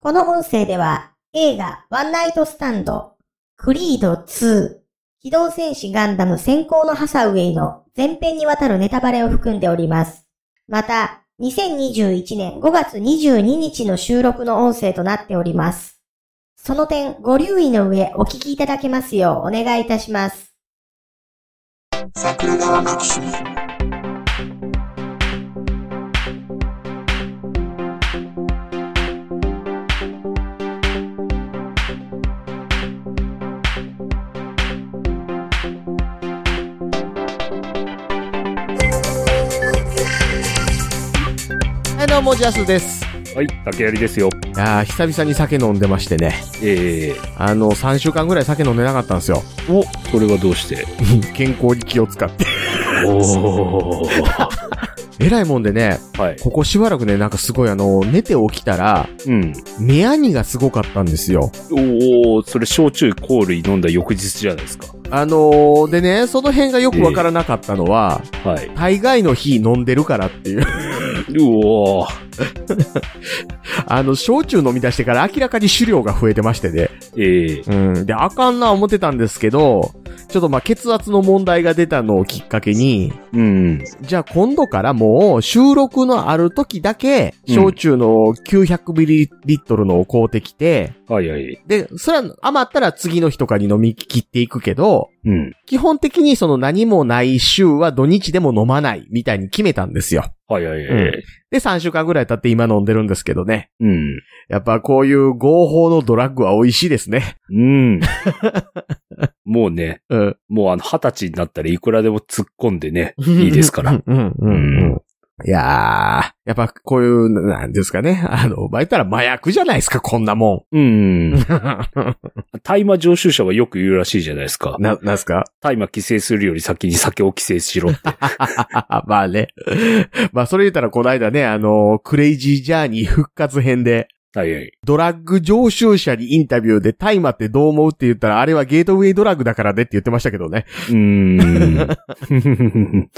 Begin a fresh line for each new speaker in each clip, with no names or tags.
この音声では映画ワンナイトスタンド、クリード2、機動戦士ガンダム先行のハサウェイの前編にわたるネタバレを含んでおります。また、2021年5月22日の収録の音声となっております。その点、ご留意の上お聞きいただけますようお願いいたします。
桜川マキシム
はい、どうも、ジャスです。
はい、竹槍ですよ。
いやー、久々に酒飲んでましてね。
ええ
あの、3週間ぐらい酒飲んでなかったんですよ。
お、それはどうして
健康に気を使って。
おお。
えらいもんでね、
はい。
ここしばらくね、なんかすごいあの、寝て起きたら、
うん。
目やにがすごかったんですよ。
おお、それ焼酎、コール飲んだ翌日じゃないですか。
あのー、でね、その辺がよくわからなかったのは、
はい。
大概の日飲んでるからっていう。
うおー
あの、焼酎飲み出してから明らかに酒量が増えてましてね。
ええ
うん。で、あかんな思ってたんですけど、ちょっとまあ、血圧の問題が出たのをきっかけに、
うん。
じゃあ今度からもう収録のある時だけ、
うん
焼酎の 900ml のを買うてきて、
はいはい。
で、それは余ったら次の日とかに飲み切っていくけど、
うん。
基本的にその何もない週は土日でも飲まないみたいに決めたんですよ。
はいはいは
う
い。
で、3週間ぐらい経って今飲んでるんですけどね。
うん。
やっぱこういう合法のドラッグは美味しいですね。
うん。 もうね、
うん。
もうあの、二十歳になったらいくらでも突っ込んでね、いいですから。
うんうんうんうん。いやー、やっぱこういう、なんですかね。あの、まあ、言ったら麻薬じゃないですか、こんなも
うん。
ん。
大麻常習者はよく言うらしいじゃないですか。
な、なんすか
大麻規制するより先に酒を規制しろって。
まあね。まあそれ言ったらこの間ね、あの、クレイジージャーニー復活編で、
はいはい。
ドラッグ常習者にインタビューで大麻ってどう思うって言ったら、あれはゲートウェイドラッグだからねって言ってましたけどね。
う ーん。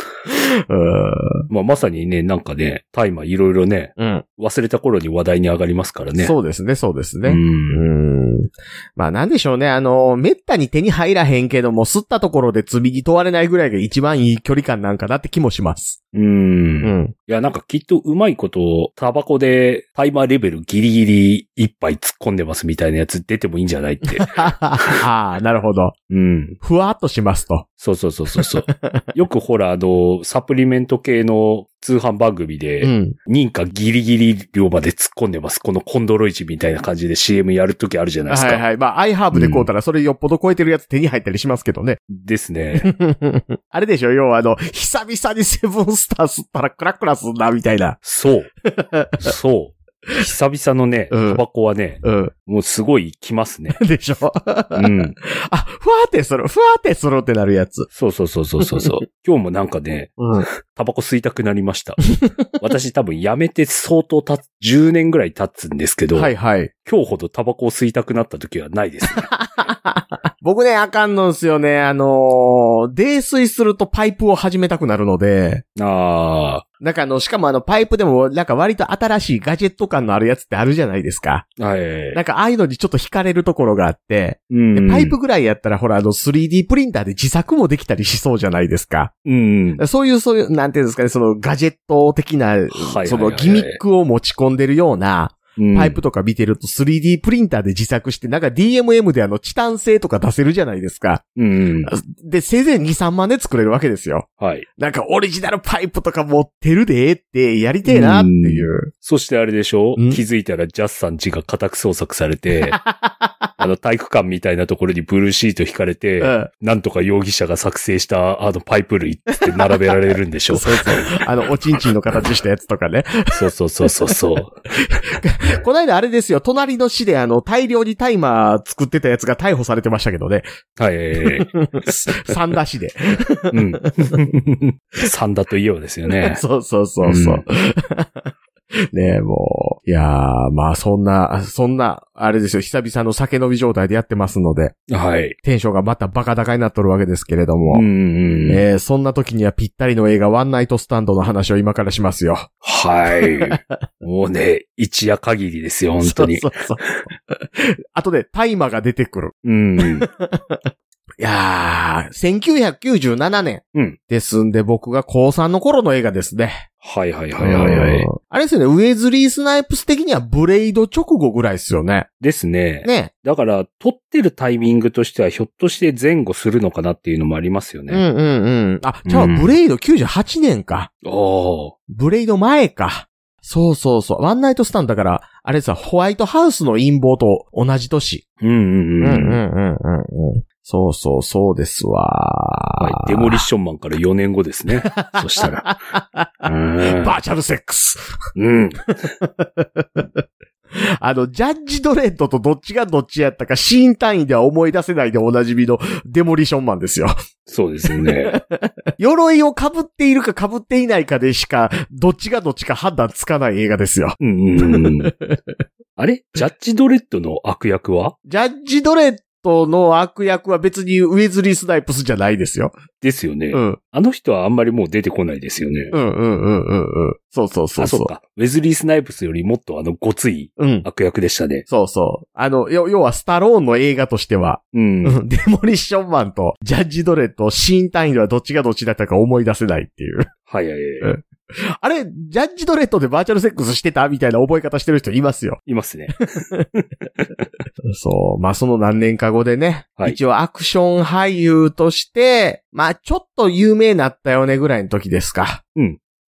う
まあ、まさにね、なんかね、大麻いろいろね、
ん。
忘れた頃に話題に上がりますからね。
そうですね、そうです
う。
ね。うんん。まあなんでしょうね、あの、めったに手に入らへんけども、吸ったところで罪に問われないぐらいが一番いい距離感なんかなって気もします。
うん。い
ん。
や、なんかきっとうまいことを、タバコで大麻レベルギリギリ一杯突っ込んでますみたいなやつ出てもいいんじゃな いって。
ああ、なるほど。
うん。
ふわっとしますと。
そうそうそうそ うそう。よくほら、あの、サプリメント系の通販番組で、
ん。
認可ギリギリ量まで突っ込んでます。このコンドロイチみたいな感じで CM やるときあるじゃないですか。
はいはい。まあ、アイハーブで買うたら、それよっぽど超えてるやつ手に入ったりしますけ どね。
ですね。
あれでしょ要はあの、久々にセブンスター吸ったらクラクラすんな、みたいな。
そう。そう。久々のね、
うん
タバコはね、
うん。
もうすごい来ますね。
でしょあ、ふ
うん。
わーってそろ、ふわーってそろってなるやつ。
そうそうそうそうそ うそう。今日もなんかね、
うん。
タバコ吸いたくなりました。私多分やめて相当経つ、10年ぐらい経つんですけど、
はいはい。
今日ほどタバコを吸いたくなった時はないです、 ね。
僕ね、あかんのんすよね。あのー、泥酔するとパイプを始めたくなるので、
あ
なんかあの、しかもあの、パイプでも、なんか割と新しいガジェット感のあるやつってあるじゃないですか。
あ、はい。
なんかああいうのにちょっと惹かれるところがあって、
う
で、
ん
パイプぐらいやったら、ほら、あの、3D プリンターで自作もできたりしそうじゃないですか。
うん。
そういう、そういう、なんていうんですかね、その、ガジェット的な、
はい
その、ギミックを持ち込んでるような、
うん
パイプとか見てると 3D プリンターで自作して、なんか DMM であの、チタン製とか出せるじゃないですか。
うん。
で、せいぜい2、3万で作れるわけですよ。
はい。
なんか、オリジナルパイプとか持ってるで、って、やりてえな、っていう。
そしてあれでしょ
ん
気づいたらジャスさん家が家宅捜索され て、あの体育館みたいなところにブルーシート引かれて、
うん。
なんとか容疑者が作成したあのパイプ類って並べられるんでし
そ
ょ
う そうそう。あの、おちんちんの形したやつとかね。
そうそうそうそうそう。
こないだあれですよ、隣の市であの、大量にタイマー作ってたやつが逮捕されてましたけどね。
はいはいはい。
三田市 で。
うん。 三田といえばですよね。
そうそうそうそう。
うん
ねえ、もいやー、まあそんな、そんな、あれですよ、久々の酒飲み状態でやってますので、
はい。
テンションがまたバカ高になっとるわけですけれども、
うんうんうん。
えーそんな時にはぴったりの映画、ワンナイトスタンドの話を今からしますよ。
はい。もうね、一夜限りですよ、本当に。
そうそうそう。あとで、タイマーが出てくる。
うん。
いやー、1997年。
うん
ですんで、僕が高3の頃の映画ですね。
はいはいはいはいはい。
あれですよね、ウェズリー・スナイプス的にはブレイド直後ぐらいですよね。
ですね。
ね。
だから、撮ってるタイミングとしては、ひょっとして前後するのかなっていうのもありますよ
うん
ね。
うんうん。あ、じゃあ、
うん
ブレイド98年か。
ああ。
ブレイド前か。そうそうそう。ワンナイトスタンドだから、あれさ、ホワイトハウスの陰謀と同じ年。
うんうんうん。
んうんうん。そうそう、そうですわ。
は。
はい
デモリッションマンから4年後ですね。そしたら。うん
バーチャルセックス。
うん。
あの、ジャッジドレッドとどっちがどっちやったか、シーン単位では思い出せないでおなじみのデモリションマンですよ。
そうですね。
鎧を被っているか被っていないかでしか、どっちがどっちか判断つかない映画ですよ。
うんうんうん。あれジャッジドレッドの悪役は
ジャッジドレッドの悪役は別にウェズリー・スナイプスじゃないですよ。
ですよね。
うん。
あの人はあんまりもう出てこないですよね。
うんうんうんうんうん。そうそうそう
あ、
そ
そうう。か。ウェズリー・スナイプスよりもっとあの、ごつい
うん。
悪役でしたね。
そうそう。あの、よ要はスタローンの映画としては、
うん。
うんデモリッションマンとジャッジドレッド、シーン単位ではどっちがどっちだったか思い出せないっていう。
はいはいはい。
あれ、ジャッジドレッドでバーチャルセックスしてたみたいな覚え方してる人いますよ。
いますね。
そう。まあ、その何年か後でね、
はい
一応アクション俳優として、まあ、ちょっと有名になったよねぐらいの時ですか。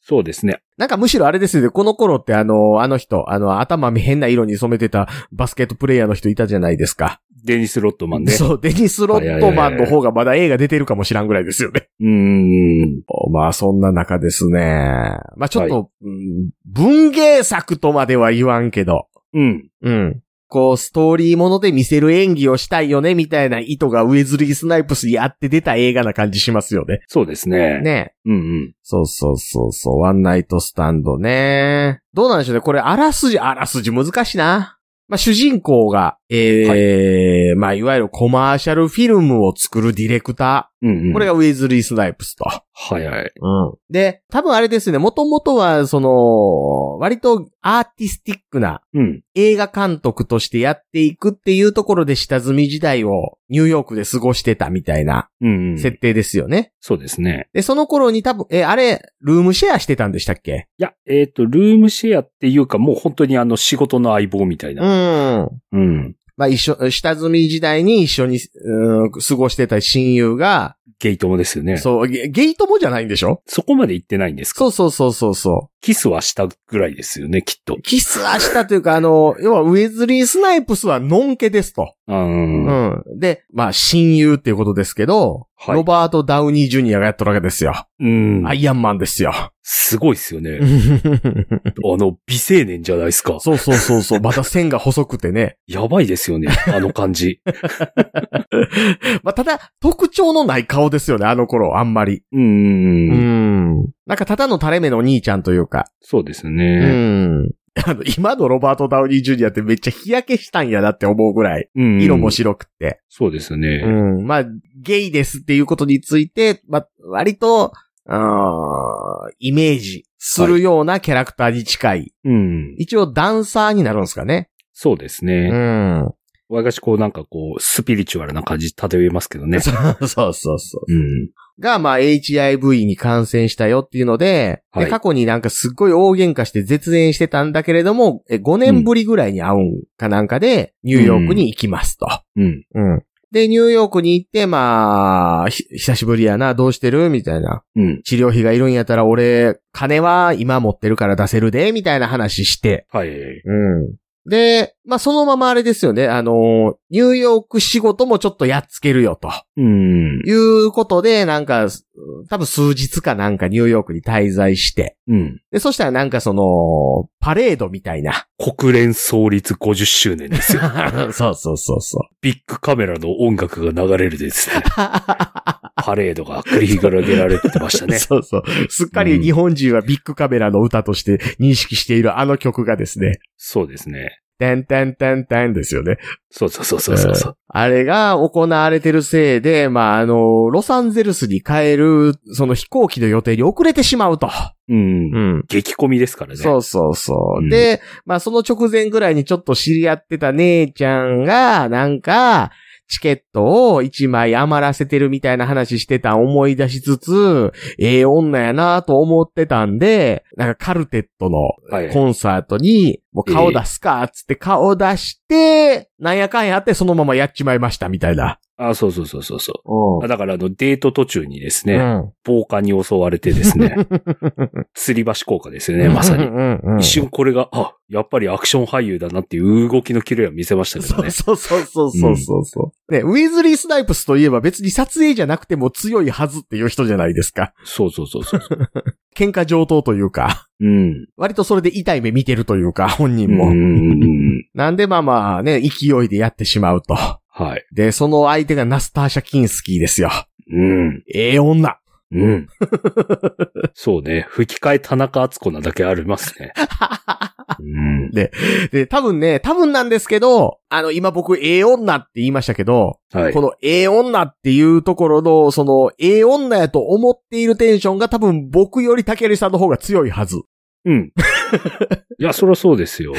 そうですね。
なんかむしろあれですよね、この頃ってあの、あの人、あの、頭変な色に染めてたバスケットプレイヤーの人いたじゃないですか。
デニス・ロットマンね。
そう、デニス・ロットマンの方がまだ映画出てるかもしらんぐらいですよね。
うーん。
まあ、そんな中ですね。まあ、ちょっと、うん文芸作とまでは言わんけど、
うん。
うん。こう、ストーリーもので見せる演技をしたいよね、みたいな意図がウェズリー・スナイプスにあって出た映画な感じしますよね。
そうですね。
ね。
うんうん。
そうそうそうそう、ワンナイトスタンドね。どうなんでしょうね。これ、あらすじ、あらすじ難しいな。まあ、主人公が、えーまあ、いわゆるコマーシャルフィルムを作るディレクター。
うんうん。
これがウェズリー・スナイプスと。
はいはい。
で、多分あれですね、もともとは、その、割とアーティスティックな
うん。
映画監督としてやっていくっていうところで下積み時代をニューヨークで過ごしてたみたいな
うん、うん。
設定ですよね。
そうですね。
で、その頃に多分、え、あれ、ルームシェアしてたんでしたっけ
いや、えっ、と、ルームシェアっていうか、もう本当にあの、仕事の相棒みたいな。
ん。
うん。
まあ一緒、下積み時代に一緒に、うん過ごしてた親友が、
ゲイ友ですよね。そ
そう、ゲゲイトもじゃないんでしょ
こまで行ってないんですか
そうそうそうそうそう。
キスはしたぐらいですよね、きっと。
キスはしたというか、あの、要はウェズリー・スナイプスはノンケですと。
うん。うん、
うん。で、まあ、親友っていうことですけど、
はい
ロバート・ダウニー・ジュニアがやっとるわけですよ。
うん
アイアンマンですよ。
すごいですよね。あの、美青年じゃないですか。
そうそうそうそう。また線が細くて ね。
やばいですよね、あの感 じ。
まあ、ただ、特徴のない顔ですよね、あの頃、あんまり。
うん。うん、
ん。なんか、ただの垂れ目のお兄ちゃんというか。
そうです
う
ね。
ん。あの、今のロバート・ダウニー・ジュニアってめっちゃ日焼けしたんやなって思うぐらい、
うん。
色も白くって。
そうです
う
ね。
ん。まあ、ゲイですっていうことについて、まあ、割と、あーイメージするようなキャラクターに近い。
うん。
一応ダンサーになるんですかね。
そうです
う
ね。
ん。
わがしこうなんかこう、スピリチュアルな感じ漂いますけどね。
そうそうそうそ
うん。
う。が、まあ、HIV に感染したよっていうので、
はい
で過去になんかすっごい大喧嘩して絶縁してたんだけれども、え5年ぶりぐらいに会うんかなんかで、ニューヨークに行きますと。
うん。
うん。で、ニューヨークに行って、まあ、ひ久しぶりやな、どうしてるみたいな。
うん。
治療費がいるんやったら俺、金は今持ってるから出せるで、みたいな話して。
は
う
い。
ん。で、まあ、そのままあれですよね。あの、ニューヨーク仕事もちょっとやっつけるよ、と
う
い
ん。
うことで、なんか、多分数日かなんかニューヨークに滞在して。
うん。
で、そしたらなんかその、パレードみたいな。
国連創立50周年です よ。
そうそうそうそう。
ビッグカメラの音楽が流れるですね。パレードが繰り広げられてましたね。
そうそう。すっかり日本人はビッグカメラの歌として認識しているあの曲がですね、
そうですね。
てんてんてんてんですよね。
そうそうそうそうそうそう。
あれが行われてるせいで、まあ、あの、ロサンゼルスに帰る、その飛行機の予定に遅れてしまうと。
うん。
ん。
激込みですからね。
そうそうそう。
うん
で、まあ、その直前ぐらいにちょっと知り合ってた姉ちゃんが、なんか、チケットを1枚余らせてるみたいな話してたん思い出しつつ、ええ女やなと思ってたんで、なんかカルテットの
はい。
コンサートに、もう顔出すか、つって顔出して、なんやかんやってそのままやっちまいましたみたいな。
あ、そうそうそうそうそうう。あだから、あの、デート途中にです
う
ね、
ん。
暴漢に襲われてです ね、吊り橋効果ですよね、まさ
う
に。
んうんうん
一瞬これが、あ、やっぱりアクション俳優だなっていう動きの綺麗は見せましたけど
そう
ね。
そうそうそうそうそうそう、ね、ウィズリー・スナイプスといえば別に撮影じゃなくても強いはずっていう人じゃないですか。
そうそう そうそう。
喧嘩上等というか、
うん。
割とそれで痛い目見てるというか、本人
うん
も。
うんうん。
なんでまあまあね、勢いでやってしまうと。
はい。
で、その相手がナスターシャ・キンスキーですよ。
うん。
ええ女。
うん。 そうね。吹き替え田中敦子なだけありますね。 うん。
で、多分ね、多分なんですけど、あの、今僕、ええ女って言いましたけど、
はい
こ。のええ女っていうところの、その、ええ女やと思っているテンションが多分僕より竹りさんの方が強いはず。
うん。いや、そりゃそうですよ。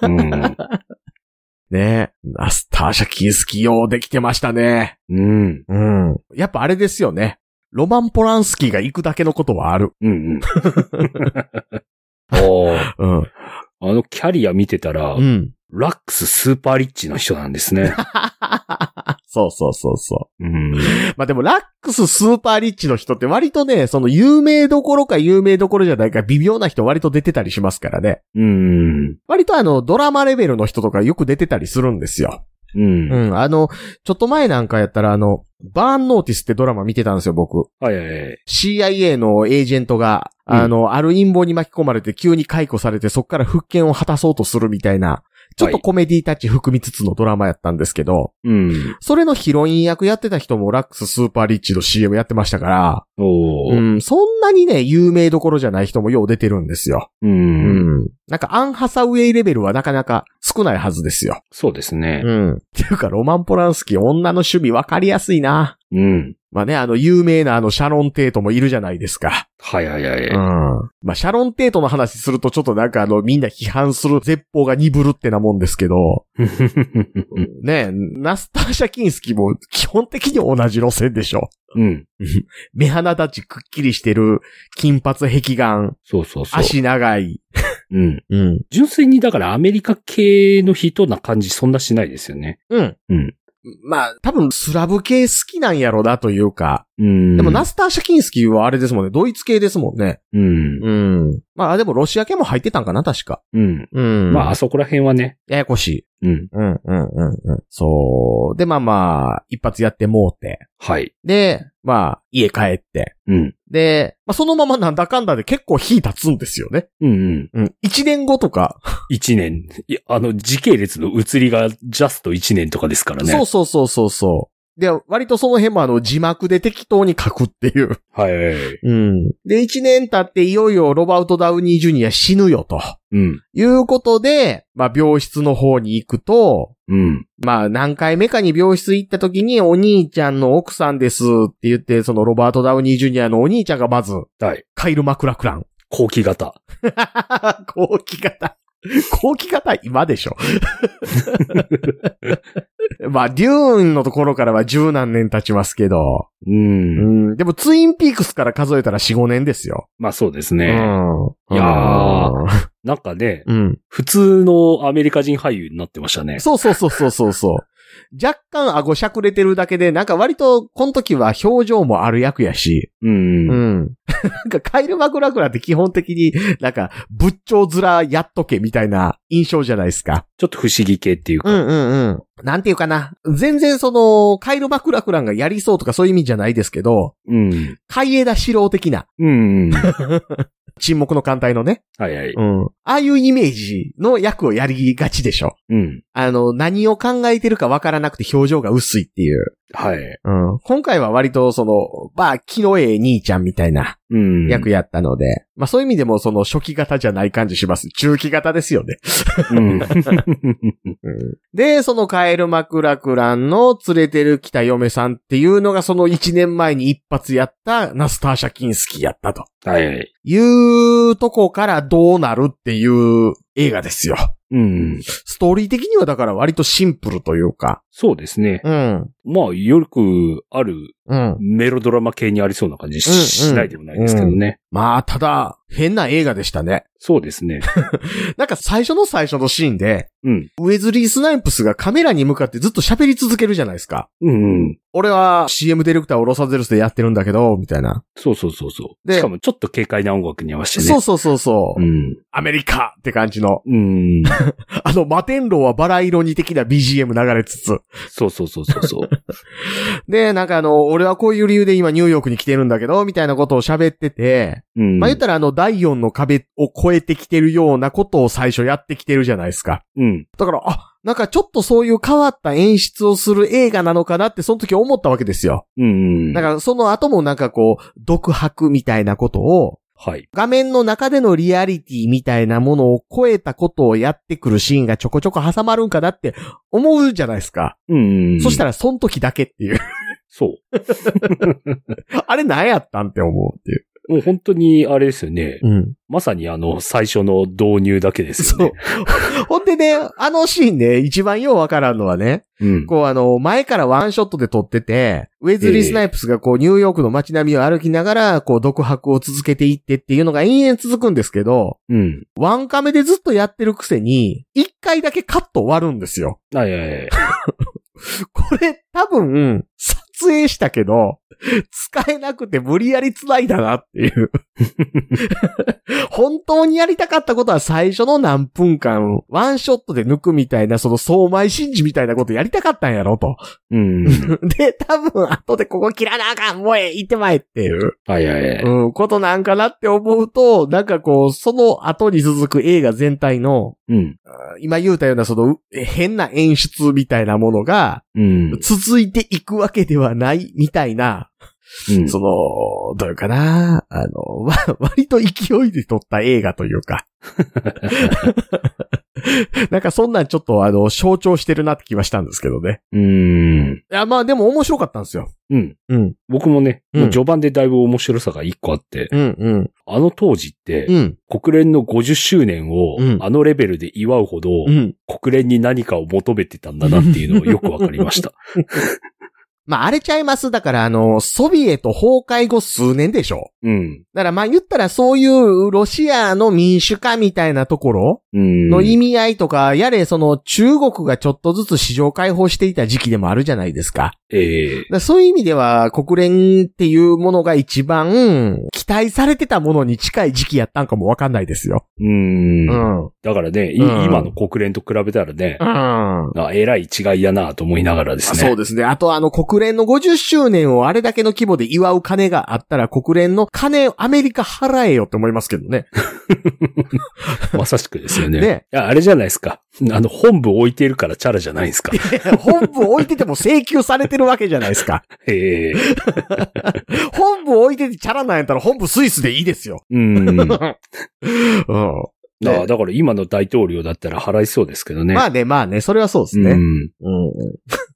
うん。
ねナスターシャキンスキー用できてましたね。
うん。
うん。やっぱあれですよね。ロマン・ポランスキーが行くだけのことはある。
うん。 うん。おー
うん。
あのキャリア見てたら、
うん。
ラックススーパーリッチの人なんですね。
そうそうそうそ
うん。
う。まあ、でも、ラックススーパーリッチの人って割とね、その有名どころか有名どころじゃないか微妙な人割と出てたりしますからね。
うん。
割とあの、ドラマレベルの人とかよく出てたりするんですよ。
うん。
うん。あの、ちょっと前なんかやったらあの、バーンノーティスってドラマ見てたんですよ、僕。
はいはいはい。
CIA のエージェントが、
うん
あの、ある陰謀に巻き込まれて急に解雇されてそこから復権を果たそうとするみたいな、ちょっとコメディタッチ含みつつのドラマやったんですけど、
うん。
それのヒロイン役やってた人もラックススーパーリッチの CM やってましたから、
お
う
ー。
ん、そんなにね、有名どころじゃない人もよう出てるんですよ。
う。
うんん。なんかアンハサウェイレベルはなかなか少ないはずですよ。
そうですね。
うん。っていうか、ロマン・ポランスキー女の趣味わかりやすいな。
うん。
まあね、あの、有名なあの、シャロン・テイトもいるじゃないですか。
はいはいは
うん
い。。
まあ、シャロンテートの話するとちょっとなんかあの、みんな批判する絶法が鈍るってなもんですけど、ねえ、ナスターシャキンスキも基本的に同じ路線でしょ。
うん。
目鼻立ちくっきりしてる、金髪壁眼、
そうそうそう。
足長い。
うん。
うん。
純粋にだからアメリカ系の人な感じそんなしないですよね。
うん。
うん。
まあ、多分スラブ系好きなんやろなというか。
うん。
でもナスターシャキンスキはあれですもんね、ドイツ系ですもんね。
うん。
うん。まあでもロシア系も入ってたんかな、確か。
うん。
うん
まあ、
まあ
あ、そこら辺はね。
ややこしい。
うん。
うん、うん、うん、うん。そう。で、まあまあ、一発やってもうて。
はい。
で、まあ、家帰って。
うん。
で、まあそのままなんだかんだで結構火立つんですよね。
うんうん。
うん。一年後とか。
一年。いや、あの、時系列の移りがジャスト一年とかですからね。
そうそうそうそうそう。で、割とその辺もあの字幕で適当に書くっていう。
はいはいはい。
うん。で、一年経っていよいよロバート・ダウニー・ジュニア死ぬよと。
うん。
いうことで、まあ病室の方に行くと、
うん。
まあ何回目かに病室行った時にお兄ちゃんの奥さんですって言って、そのロバート・ダウニー・ジュニアのお兄ちゃんがまず、
はい。
カイル・マクラクラン。
後期型。
後期型。後期型今でしょ。 まあ、デューンのところからは十何年経ちますけど。
う。
うんん。でも、ツインピークスから数えたら4、5年ですよ。
まあそうです
う
ね。
ん
いや
ー
ーなんかね、
うん。
普通のアメリカ人俳優になってましたね。
そうそうそうそうそうそう。若干顎しゃくれてるだけで、なんか割と、この時は表情もある役やし。
うん。うん。
ん。なんか、カイル・マクラクラって基本的になんか、仏頂面やっとけみたいな印象じゃないですか。
ちょっと不思議系っていうか。
んうんうん。なんていうかな。全然その、カイル・マクラクランがやりそうとかそういう意味じゃないですけど、
うん。
海江田四郎的な。
うん。
沈黙の艦隊のね。
はいはい。
うん。ああいうイメージの役をやりがちでしょ。
うん。
あの、何を考えてるかわからなくて表情が薄いっていう。
はい。
うん。今回は割とその、まあ、気のええ兄ちゃんみたいな
うん。
役やったので、まあそういう意味でもその初期型じゃない感じします。中期型ですよね。
うん。
で、そのカエルマクラクランの連れてる来た嫁さんっていうのがその1年前に一発やったナスターシャキンスキーやったと。
はいはい。
いうとこからどうなるっていう映画ですよ。
うん。
ストーリー的にはだから割とシンプルというか。
そうですね。
うん。
まあ、よくある
うん。
メロドラマ系にありそうな感じし,、
うんうん
ないでもないですけどね。
まあ、ただ、変な映画でしたね。
そうですね。
なんか最初の最初のシーンで、
うん。
ウェズリー・スナイプスがカメラに向かってずっと喋り続けるじゃないですか。
うんうん。
俺は CM ディレクターをロサンゼルスでやってるんだけど、みたいな。
そうそうそうそう。
で
しかもちょっと軽快な音楽に合わせてね。
そうそうそうそう。
うん。
アメリカって感じの。
うん。
あの、摩天楼はバラ色に的な BGM 流れつつ。
そうそうそうそうそう。
で、なんかあの、俺はこういう理由で今ニューヨークに来てるんだけど、みたいなことを喋ってて、
う ん。
まあ、言ったらあの、第4の壁を越えてきてるようなことを最初やってきてるじゃないですか。
うん。
だから、あ、なんかちょっとそういう変わった演出をする映画なのかなって、その時思ったわけですよ。
うん。
だから、その後もなんかこう、独白みたいなことを、
はい。
画面の中でのリアリティみたいなものを超えたことをやってくるシーンがちょこちょこ挟まるんかなって思うじゃないですか。
うん。
そした
ら。
ら、その時だけっていう。
そ
あれ何やったんって思うっていう。
う。もう本当に、あれですよね。
うん。
まさにあの、最初の導入だけです
そう
よね。。
ほんでね、あのシーンね、一番ようわからんのはね、
うん。
こうあの、前からワンショットで撮ってて、ウェズリー・スナイプスがこう、ニューヨークの街並みを歩きながら、こう、独白を続けていってっていうのが延々続くんですけど、
うん。
ワンカメでずっとやってるくせに、一回だけカット終わるんですよ。
はいはいはい。
これ、多分、撮影したけど、使えなくて無理やり繋いだなっていう。 本当にやりたかったことは最初の何分間、ワンショットで抜くみたいな、その相米真珠みたいなことやりたかったんやろと。
うん。
で、多分、後でここ切らなあかん、もうええ、行ってまえっていう、
はいはいはい。
うん、ことなんかなって思うと、なんかこう、その後に続く映画全体の、
うん。
今言うたようなその、う変な演出みたいなものが、
うん。
続いていくわけではないみたいな、
うん
その、どういうかな、あの、 わ割と勢いで撮った映画というか。 なんかそんなんちょっとあの、象徴してるなって気はしたんですけどね。
うん。
いや、まあでも面白かったんですよ。
うん。
うん。
僕もね、
うん
もう序盤でだいぶ面白さが一個あって、
うん、うん。
あの当時って、
うん。
国連の50周年を
うん
あのレベルで祝うほど、
うん。
国連に何かを求めてたんだなっていうのをよくわかり ました。
まあ、あれちゃいます。だから、あの、ソビエト崩壊後数年でしょ。
うん。
だから、まあ言ったらそういうロシアの民主化みたいなところ
うん。
の意味合いとか、やれその中国がちょっとずつ市場開放していた時期でもあるじゃないですか。
ええ
だからそういう意味では国連っていうものが一番期待されてたものに近い時期やったんかもわかんないですよ。
うん。
うん。うん。
だからね、い
うん
今の国連と比べたらね、
あ
あえらい違いやなと思いながらですね。
そうですね。あとあの国連の50周年をあれだけの規模で祝う金があったら国連の金をアメリカ払えよって思いますけどね。
まさしくですよね。
ね
いや、あれじゃないですか。あの、本部置いてるからチャラじゃないで すか。
本部置いてても請求されてるわけじゃないですか。
ええ
本部置いててチャラなんやったら本部スイスでいいですよ。
うん。だか
うん。
らだから今の大統領だったら払いそうですけどね。
ま
あ
あね、まあね、それはそうです
う
ね。
ん。
うん。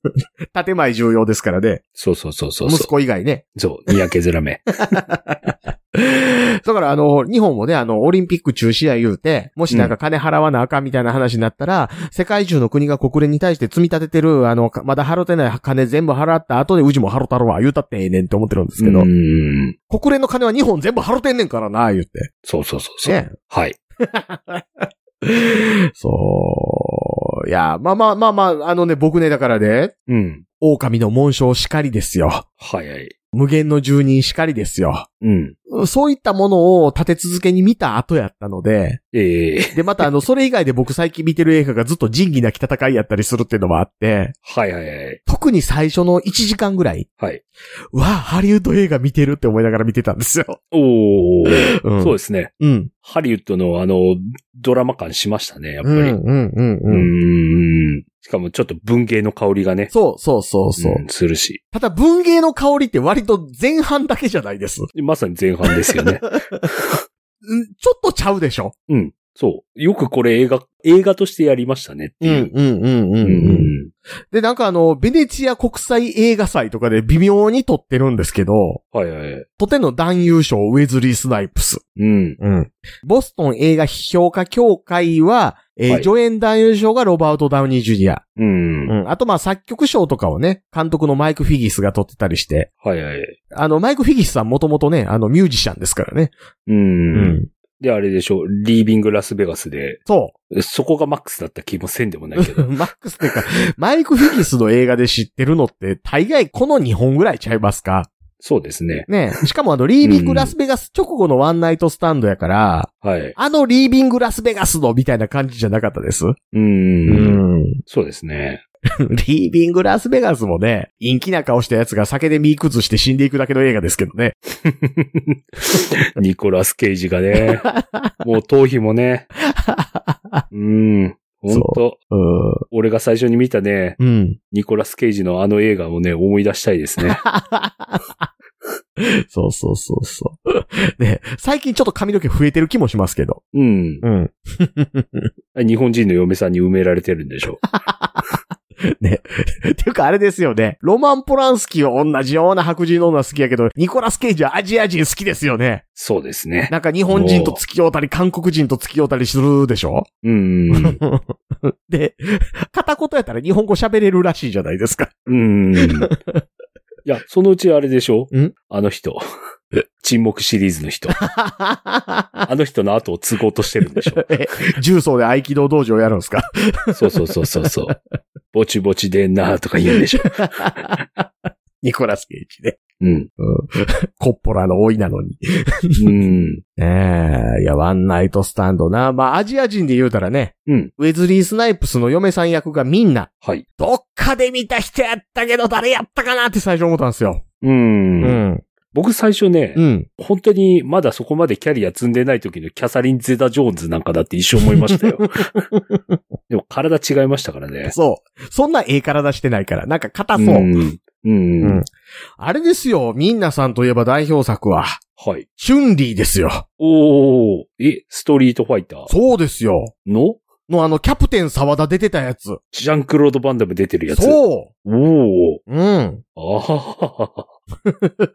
建前重要ですからね。
そうそうそうそう
息
そ
子以外ね。
う。そう、三宅面目。
だからあの、日本もね、あの、オリンピック中止や言うて、もしなんか金払わなあかんみたいな話になったら、世界中の国が国連に対して積み立ててる、あの、かまだ払ってない金全部払った後でうちも払ったろわ、言うたってええねんって思ってるんですけど、
うん。
国連の金は日本全部払ってんねんからな、言って。
そうそうそうそう。
ね。
はい。
そう。いや、まあまあまあまあ、あのね、僕ね、だからね、
うん。
狼の紋章しかりですよ。
はいはい。
無限の住人しかりですよ。
うん。
そういったものを立て続けに見た後やったので、
ええ
で、ま たあの、それ以外で僕最近見てる映画がずっと仁義なき戦いやったりするっていうのもあって、
はいはいはい。
特に最初の1時間ぐらい、
はい。
わあ、ハリウッド映画見てるって思いながら見てたんですよ。
おお、
うん
そうですね。
うん。
ハリウッドのあの、ドラマ感しましたね、やっぱ
う
り。
ん、うん、うん、
う
うん。
ーんしかもちょっと文芸の香りがね。
そう、そう、そう、そう。
んするし。
ただ、文芸の香りって割と前半だけじゃないです。
まさに前半ですよ ね。
うんちょっとちゃうでしょ。
うん。そう。よくこれ映画、映画としてやりましたねっていう。、
うん、うん、う
うんうん。
で、なんかあの、ベネチア国際映画祭とかで微妙に撮ってるんですけど、
はいはい。
とての男優賞、ウェズリー・スナイプス。
うん。
うん。ボストン映画評価協会は、えー
はい
助演男優賞がロバート・ダウニー・ジュニア。
うん。
うん。あと、まあ、作曲賞とかをね、監督のマイク・フィギスが取ってたりして、
はいはい。
あの、マイク・フィギスさんもともとね、あの、ミュージシャンですからね。
うん。
うん。
で、あれでしょ、リービングラスベガスで、
そ
そこがマックスだった気もせんでもないけ
う。
ど。
マックスっていうか、マイク・フィギスの映画で知ってるのって、大概この2本ぐらいちゃいますか。
そうですね。
ねしかもあの、リービング・ラスベガス直後のワンナイトスタンドやから、
はい。
あのリービング・ラスベガスのみたいな感じじゃなかったです。
うん。
ん。
そうですね。
リービングラスベガスもね、陰気な顔したやつが酒で身崩して死んでいくだけの映画ですけどね。
ニコラス・ケイジが ね、もう頭皮もね、うん。ほんと、
う
俺が最初に見たね、
ん。うん。
ニコラス・ケイジのあの映画をね、思い出したいです ね。
そうそうそうそう。 ね、最近ちょっと髪の毛増えてる気もしますけど。
うん。
うん。
日本人の嫁さんに埋められてるんでしょ
っていうかあれですよね。ロマン・ポランスキーは同じような白人の女好きやけど、ニコラス・ケイジはアジア人好きですよね。
そうですね。
なんか日本人と付き合うたり、韓国人と付き合うたりするでしょ
うん。
で、片言やったら日本語喋れるらしいじゃないですか。
うん。いや、そのうちあれでしょ
ん
あの人。沈黙シリーズの人。あの人の後を継ごうとしてるんでしょ
え、重曹で合気道道場やるんですか
そうそうそうそうそう。ぼちぼちでんなとか言うん でしょ
ニコラス・ケイジね。
うん。
コッポラの老いなのに。
うん。
ええいや、ワンナイトスタンドな。まあ、アジア人で言うたらね、
うん。
ウェズリー・スナイプスの嫁さん役がみんな、
はい。
どっかで見た人やったけど、誰やったかなって最初思ったんですよ。
うん。
ん。
僕最初ね、
うん。
本当にまだそこまでキャリア積んでない時のキャサリン・ゼダ・ジョーンズなんかだって一生思い ましたよ。でも体違いましたからね。
そう。そんなええ体してないから、なんか硬そう。
うん。うん。
うんあれですよ、みんなさんといえば代表作は、
はい。
チュンリーですよ。
おー、え、ストリートファイター
そうですよ。
の
のあの、キャプテン沢田出てたやつ。
ジャンクロード・バンダム出てるやつ。う。
そ
おー。
う。うん。
あは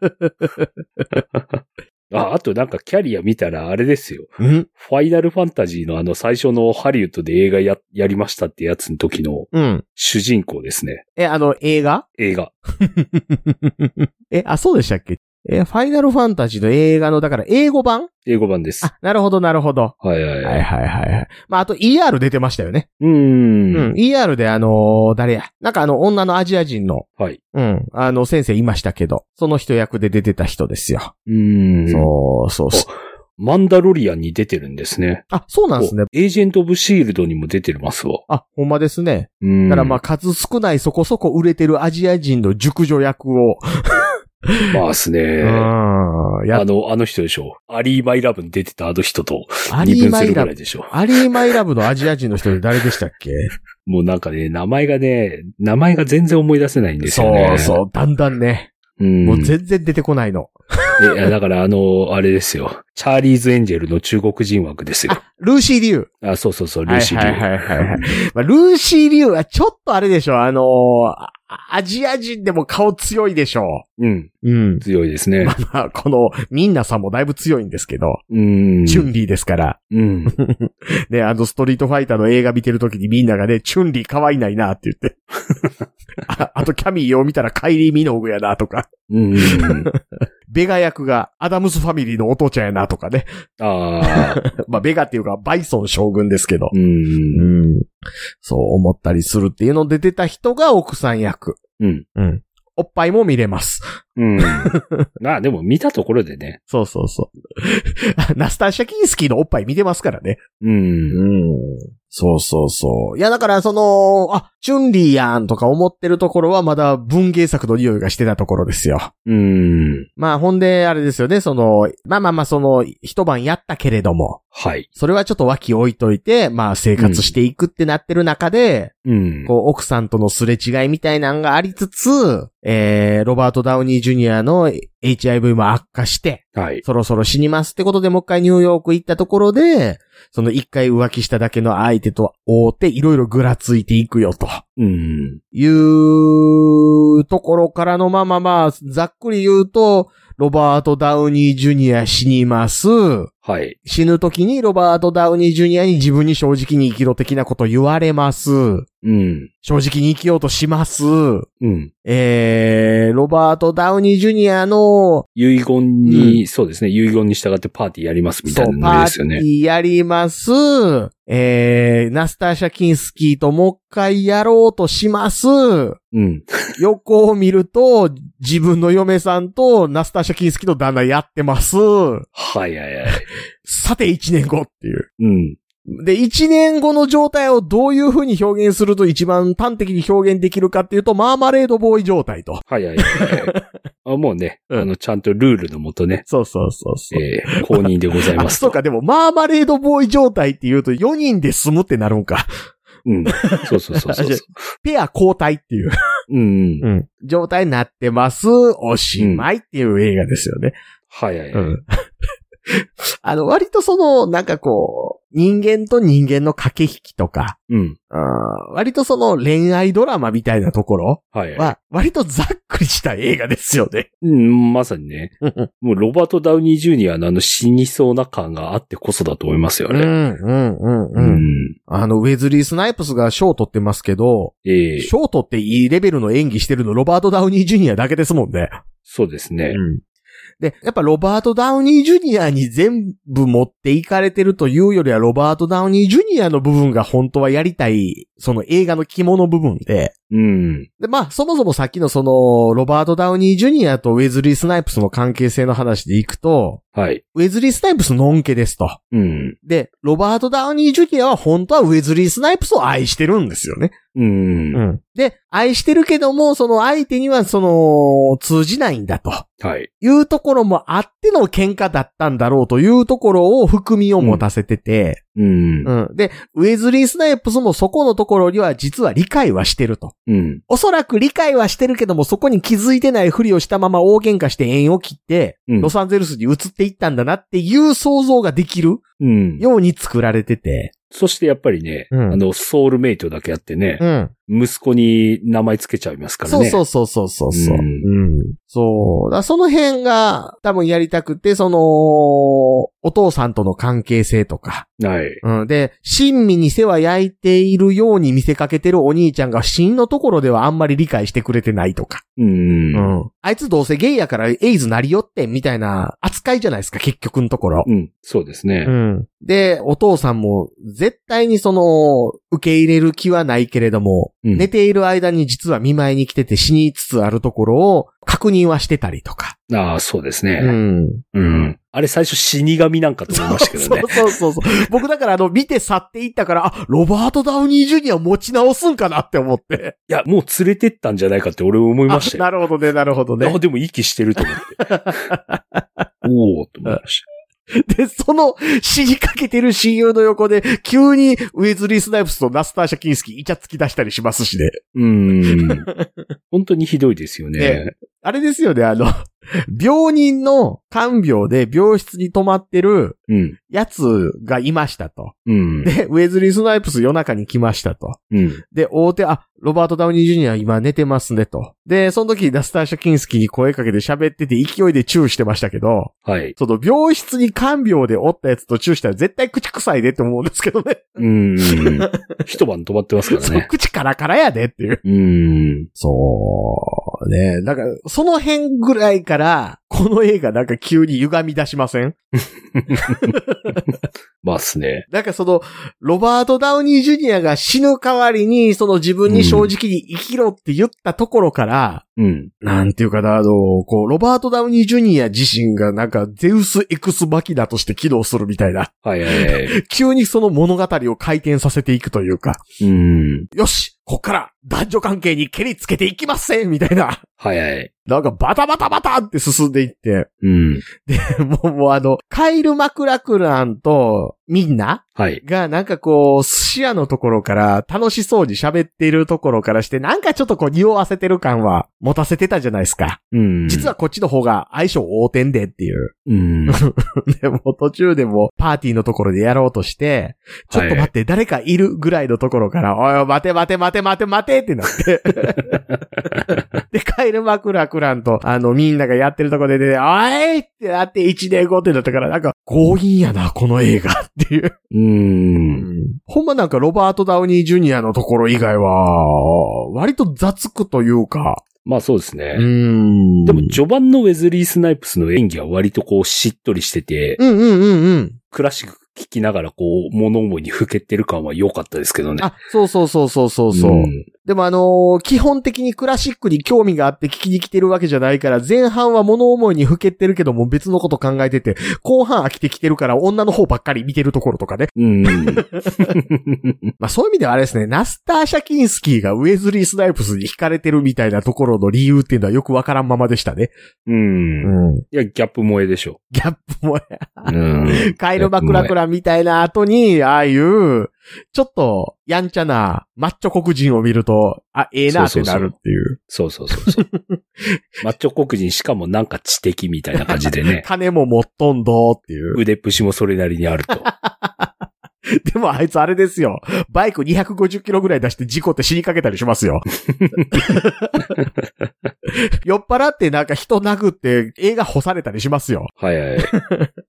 あ、あとなんかキャリア見たらあれですよ。
うん。
ファイナルファンタジーのあの最初のハリウッドで映画や、やりましたってやつの時の
うん。
主人公ですね。
え、あの、映画
映画。
え、あ、そうでしたっけえ、ファイナルファンタジーの映画の、だから英語版
英語版です。
あ、なるほど、なるほど。
はいは
はいはいい
いは。
はいはい。まあ、あと ER 出てましたよね。
うーん
うん。ER であのー誰や。なんかあの、女のアジア人の、
はい。
うん、あの、先生いましたけど、その人役で出てた人ですよ。
うーん。
そう、そうそう。
マンダロリアンに出てるんですね。
あ、そうなんですね。
おエージェント・オブ・シールドにも出てますわ。
あ、ほんまですね。
うーん。
だからまあ、数少ないそこそこ売れてるアジア人の熟女役を、
まあっすね。
うん、や
あ
っ、
の、あの人でしょ。アリー・マイ・ラブに出てたあの人と
ア
二
リー
分
マ
する
イ
ぐ
ラブ
らい。でしょ。
アリーマイラブのアジア人の人で誰でしたっけ
もうなんかね、名前がね、名前が全然思い出せないんですよね。
そうそう、だんだんね。
う。うん。
もう全然出てこないの。
いやだからあの、あれですよ。チャーリーズ・エンジェルの中国人枠ですよ。
ルーシー・リュウ。
あ、そうそうそう、ルーシー・リ
は
ュ
い
ウ
はいはいはいはい。まあ、ルーシー・リュウはちょっとあれでしょ、あのーあアジア人でも顔強いでしょ
うん。
う。うん。
強いですね。
まあ、この、みんなさんもだいぶ強いんですけど、
うん。
チュンリーですから。
うん。
ね、あの、ストリートファイターの映画見てるときにみんながね、チュンリー可愛いないなって言 って。ああと、キャミーを見たらカイリー・ミノーグやなとか、
うん。
ベガ役がアダムスファミリーのお父ちゃんやなとかね。
ああ。
まあ、ベガっていうか、バイソン将軍ですけど
う。ん。
うん。そう思ったりするっていうので出た人が奥さん役。
うん。
うん。おっぱいも見れます。
うん。まあでも見たところでね。
そうそうそう。 ナスターシャキンスキーのおっぱい見てますからね。
うん。
うん。そうそうそう。いや、だから、その、あ、チュンリーやんとか思ってるところはまだ文芸作の匂いがしてたところですよ。
うん。
まあ、ほんで、あれですよね、その、まあまあまあ、その、一晩やったけれども、
はい。
それはちょっと脇置いといて、まあ、生活していくってなってる中で、
うん。
こう、奥さんとのすれ違いみたいなんがありつつ、えー、ロバート・ダウニー・ジュニアの HIV も悪化して、
はい。
そろそろ死にますってことでもう一回ニューヨーク行ったところで、その一回浮気しただけの相手と会うて、いろいろぐらついていくよと。
うん。
いうところからの、まあまあまあ、ざっくり言うと、ロバート・ダウニー・ジュニア死にます。
はい。
死ぬ時にロバート・ダウニー・ジュニアに自分に正直に生きろ的なこと言われます。
うん。
正直に生きようとします。
うん。
えー、ロバート・ダウニー・ジュニアの、
遺言に、そうですね。遺言に従ってパーティーやりますみた
そ、
いうなの
パ
ですよ
ーティ
ね。
ーやります。えー、ナスターシャキンスキーともう一回やろうとします。
うん。
横を見ると、自分の嫁さんとナスターシャキンスキーと旦那やってます。
はいはいはい。
さて、1年後っていう。
うん。
で、1年後の状態をどういう風に表現すると一番端的に表現できるかっていうと、マーマレードボーイ状態と。
はいはいはいはい。 あもうね、
うん
あの、ちゃんとルールのもとね、
そうそうそうそ
えー公認でござい
あ、
ますと。
そうか、でも、マーマレードボーイ状態って言うと4人で住むってなるんか。
うん。そうそうそうそうそう。
ペア交代っていう。
うん。
状態になってます。おしまいっていう映画ですよね。
はいはいはい。
あの、割とその、なんかこう、人間と人間の駆け引きとか、
うん。
うん割とその恋愛ドラマみたいなところ
はいはい。
は、割とざっくりした映画ですよね。
うん、まさにね。もうロバート・ダウニー・ジュニアのあの死にそうな感があってこそだと思いますよ
うん、うん、
ね。う
うん、うん。
ん。
あの、ウェズリー・スナイプスが賞取ってますけど、
ええ
賞取っていいレベルの演技してるのロバート・ダウニー・ジュニアだけですもんね。
そうですね。
で、やっぱロバート・ダウニー・ジュニアに全部持っていかれてるというよりは、ロバート・ダウニー・ジュニアの部分が本当はやりたい、その映画の肝の部分で、
うん。
で、まあ、そもそもさっきのその、ロバート・ダウニー・ジュニアとウェズリー・スナイプスの関係性の話でいくと、
はい。
ウェズリー・スナイプスの恩恵ですと。
うん。
で、ロバート・ダウニー・ジュニアは本当はウェズリー・スナイプスを愛してるんですよね。
うん。
で、愛してるけども、その相手にはその、通じないんだと。
はい。
いうところもあっての喧嘩だったんだろうというところを含みを持たせてて、
うん。
うんで、ウェズリー・スナイプスもそこのところには実は理解はしてると。
うん。
おそらく理解はしてるけども、そこに気づいてないふりをしたまま大喧嘩して縁を切って、
うん
ロサンゼルスに移っていったんだなっていう想像ができる
うん。
ように作られてて。
そしてやっぱりね、
うん
あの、ソウルメイトだけあってね、
ん。
息子に名前つけちゃいますから
そう
ね。
そううそうそうそうそう。
うん
うんそう。だからその辺が多分やりたくて、その、お父さんとの関係性とか、
はい。
うん。で、真味に世話焼いているように見せかけてるお兄ちゃんが真のところではあんまり理解してくれてないとか。
うん。
うん。あいつどうせゲイやからエイズなりよってみたいな扱いじゃないですか、結局のところ。
うん。そうですね。
ん。で、お父さんも絶対にその、受け入れる気はないけれども、
うん
寝ている間に実は見舞いに来てて死につつあるところを確認はしてたりとか。
ああ、そうです
う
ね、
ん。
うん。あれ最初死神なんかと思いましたけどね。
そうそうそうそう。僕だからあの、見て去っていったから、あ、ロバート・ダウニー・ジュニア持ち直すんかなって思って。
いや、もう連れてったんじゃないかって俺思いましたよ。
あなるほどね、なるほど
あ、
ね。
でも息してると 思って。おおと思いまし
で、その死にかけてる親友の横で、急にウェズリー・スナイプスとナスター・シャキンスキーイチャつき出したりしますしね。
た。うん。本当にひどいですよね。
あれですよね、あの、 病人の看病で病室に泊まってる
うん。
やつがいましたと。
うん。
で、ウェズリー・スナイプス夜中に来ましたと。
うん。
で、大手、あ、ロバート・ダウニー・ジュニア今寝てますねと。で、その時ナスター・シャキンスキーに声かけて喋ってて勢いでチューしてましたけど、
はい。
その病室に看病でおったやつとチューしたら絶対口臭いでって思うんですけどね。
うん。一晩止まって ますか ら
そう
ね。
口カラカラやでっていう。
うん。
そう、ね。だから、その辺ぐらいから、この映画なんか急に歪み出しません
まあっすね。
なんかその、ロバート・ダウニー・ジュニアが死ぬ代わりに、その自分に正直に生きろって言ったところから、
うん。
なんていうかな、あの、こう、ロバート・ダウニー・ジュニア自身がなんか、ゼウス・エクス・マキナとして起動するみたいな、
はいはいはい。
急にその物語を回転させていくというか、
うん。
よしこっから男女関係に蹴りつけていきませんみたいな。
はいはい。
なんかバタバタバタって進んでいって、
うん。
もう、もうあの、カイル・マクラクランとみんな
はい。
がなんかこう、視野のところから楽しそうに喋っているところからして、なんかちょっとこう匂わせてる感は持たせてたじゃないですか。
うん。
実はこっちの方が相性合うてんでっていう。
うん。
でも途中でもパーティーのところでやろうとして、ちょっと待って、誰かいるぐらいのところから、おいおい待て待て待て待て待てってな って。で、カエルマクラクランと、あの、みんながやってるところで出て、おいってなって1年後ってなったから、なんか、強引やな、この映画っていう。
うん。
ほんまなんかロバート・ダウニー・ジュニアのところ以外は、割と雑くというか。
まあそうです ね。
ん
でも、序盤のウェズリー・スナイプスの演技は割とこう、しっとりしてて、
うんうんうんうん。
クラシック聴きながらこう、物思いにふけてる感は良かったですけどね。
あ、そうそうそうそうそうそう。
ん
でもあのー基本的にクラシックに興味があって聞きに来てるわけじゃないから、前半は物思いにふけってるけども別のこと考えてて、後半飽きてきてるから女の方ばっかり見てるところとかね。
うん。
まあそういう意味ではあれですね、ナスター・シャキンスキーがウェズリー・スナイプスに惹かれてるみたいなところの理由っていうのはよくわからんままでしたね。
うん。い
ん。
や、ギャップ萌えでしょ。
ギャップも
うん。
カイロバクラクラみたいな後に、ああいう、ちょっと、やんちゃな、マッチョ黒人を見ると、あ、ええなってなるっていう。
そうそうそ うそう。マッチョ黒人しかもなんか知的みたいな感じ でね。
金も持っとんどーっていう。
腕っぷしもそれなりにある と。
でもあいつあれですよ。バイク250キロぐらい出して事故って死にかけたりしますよ。 酔っ払ってなんか人殴って映画干されたりしますよ。
はいはい。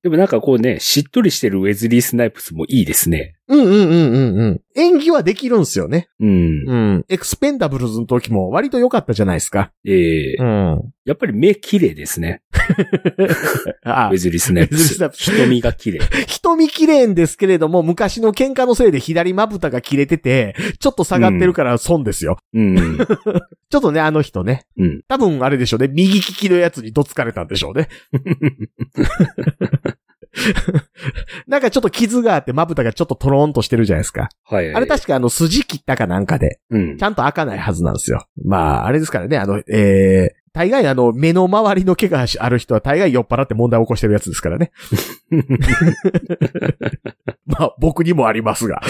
でもなんかこうね、しっとりしてるウェズリー・スナイプスもいいですね。
うんうんうんうんうん。演技はできるんすよね。
うん。
うん。エクスペンダブルズの時も割と良かったじゃないですか。
ええ
ん。
やっぱり目綺麗ですね。ウ
あ
ェズリー・スナイプ
ウェズリースナイ
ス。
プス
瞳が綺麗。
瞳綺麗んですけれども、昔の喧嘩のせいで左まぶたが切れてて、ちょっと下がってるから損ですよ。
うん。
ちょっとね、あの人ね。
うん。
多分あれでしょうね。右利きのやつにどつかれたんでし ょうね。なんかちょっと傷があってまぶたがちょっとトローンとしてるじゃないですか。
はいはい。
あれ確かあの筋切ったかなんかで、
うん
ち。ゃんと開かないはずなんですよ。まあ、あれですからね、あの、えー、大概あの、目の周りの怪我ある人は大概酔っ払って問題を起こしてるやつですから ね。まあ、僕にもありますが。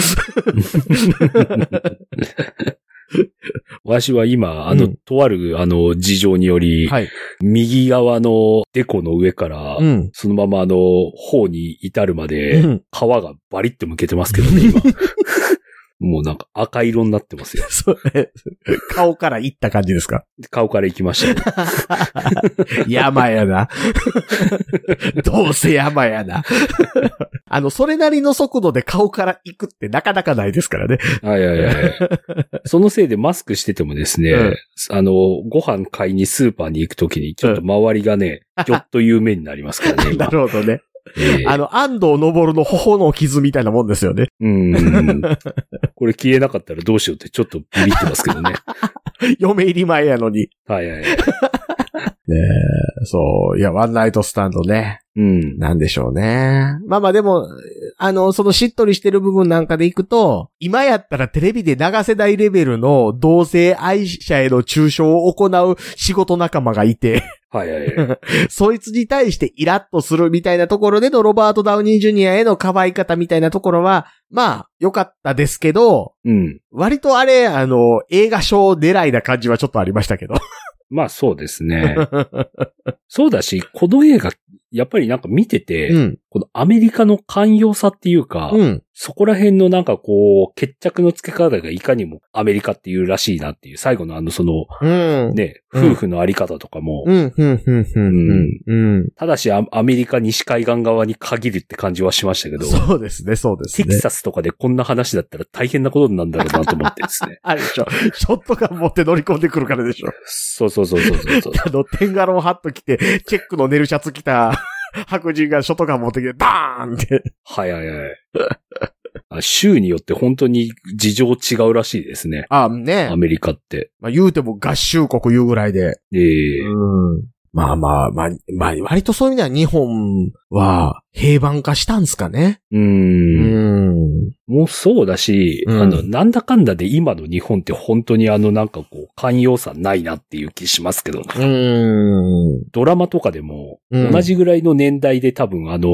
わしは今、あの、
うん
とある、あの、事情により、
はい。
右側のデコの上から、
うん。
そのままあの、頬に至るまで、
うん
皮がバリってむけてますけどね、今。 もうなんか赤色になってますよ。
それ、顔からいった感じですか
顔から行きましたよ。
山や な。どうせ山やな。あの、それなりの速度で顔から行くってなかなかないですからね。
はいはいはい。そのせいでマスクしててもですね、
うん
あの、ご飯買いにスーパーに行くときに、ちょっと周りが ね、ぎょっと有名になりますからね、
な
今。
るほどね。
ええ
あの、安藤昇の頬の傷みたいなもんですよね。
うん。 これ消えなかったらどうしようってちょっとビビってますけどね。
嫁入り前やのに。
はいはい。
ねえ、そう。いや、ワンナイトスタンドね。
うん。
なんでしょうね。まあまあでも、あの、そのしっとりしてる部分なんかでいくと、今やったらテレビで流せないレベルの同性愛者への中傷を行う仕事仲間がいて、
はいはいはい。
そいつに対してイラッとするみたいなところでのロバート・ダウニー・ジュニアへの可愛い方みたいなところは、まあ、良かったですけど、
うん。
割とあれ、あの、映画賞狙いな感じはちょっとありましたけど。
まあ そうですね。そうだし、この映画、やっぱりなんか見てて、
うん。
このアメリカの寛容さっていうか、
うん。
そこら辺のなんかこう、決着のつけ方がいかにもアメリカっていうらしいなっていう、最後のあのその、
うん。
ね、
うん
夫婦のあり方とかも、
うん、うん、うん、うん、うん。
ただしアアメリカ西海岸側に限るって感じはしましたけど、
そうですね、そうです
テキ
ね。。
サスとかでこんな話だったら大変なことになるんだろうなと思ってですね
あれでし ょ。ショットガン持って乗り込んでくるからでしょ。
そうそうそうそうそうそう。
あの、テンガロンハット着て、チェックの寝るシャツ着た白人がショットガン持ってきて、バーンって。
はいはいはい。あ州によって本当に事情違うらしいですね。
あ、ね
ア。メリカって。
まあ言うても合衆国言うぐらいで。
ええ
うん。まあまあ、まあ、まあ、割とそういう意味では日本は平板化したんすかね。
う。
うんん。
もうそうだし、
うん
あの、なんだかんだで今の日本って本当にあのなんかこう、寛容さないなっていう気しますけど、
うん。
ドラマとかでも、
うん
同じぐらいの年代で多分あの、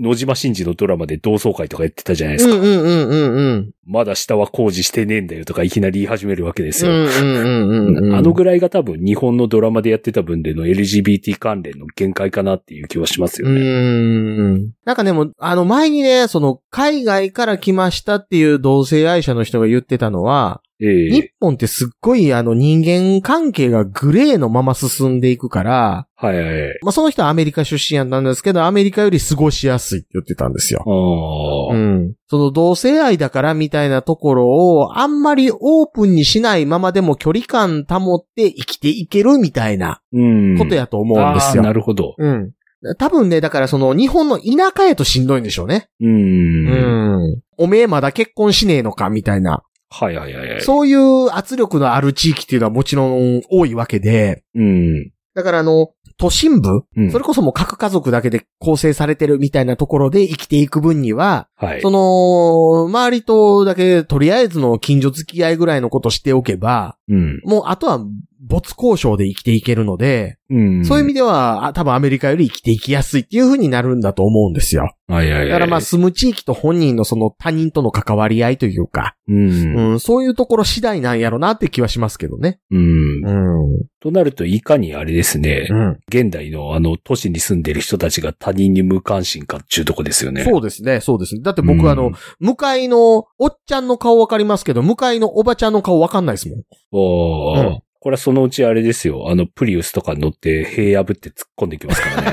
野島真二のドラマで同窓会とかやってたじゃないです
うん
か。
うんうんうんうん。
まだ下は工事してねえんだよとかいきなり言い始めるわけです
う
よ。
んうんうんうん。
あのぐらいが多分日本のドラマでやってた分での LGBT 関連の限界かなっていう気はしますよ
う
ね。
ーん。なんかでも、あの前にね、その海外から来ましたっていう同性愛者の人が言ってたのは、
ええ
日本ってすっごいあの人間関係がグレーのまま進んでいくから、
はいはいはい。
まあその人はアメリカ出身やったんですけど、アメリカより過ごしやすいって言ってたんですよ。
ああ、
うん。その同性愛だからみたいなところをあんまりオープンにしないままでも距離感保って生きていけるみたいな
うん。
ことやと思うんです
あ
よ
あな。るほど。
うん。多分ね、だからその日本の田舎へとしんどいんでしょうね。
うん。
うん。おめえまだ結婚しねえのかみたいな。
はいはいはいはい。
そういう圧力のある地域っていうのはもちろん多いわけで、
うん。
だからあの、都心部、
うん。
それこそもう各家族だけで構成されてるみたいなところで生きていく分には、
はい。
その、周りとだけとりあえずの近所付き合いぐらいのことしておけば、
うん。
もうあとは没交渉で生きていけるので、
うん。
そういう意味では、あ多分アメリカより生きていきやすいっていう風になるんだと思うんですよ。
はいはいはい。
だからまあ住む地域と本人のその他人との関わり合いというか、
うん。
うん、そういうところ次第なんやろなって気はしますけどね。
うん。
ん。う
となると、いかにあれですね、
ん。
現代のあの、都市に住んでる人たちが他人に無関心かっていうとこですよね。
そうですね、そうですね。だって
うん。
僕あの、向かいのおっちゃんの顔わかりますけど、向かいのおばちゃんの顔わかんないですもん。
おー
うん
これはそのうちあれですよ。あの、プリウスとか乗って、塀破って突っ込んできますから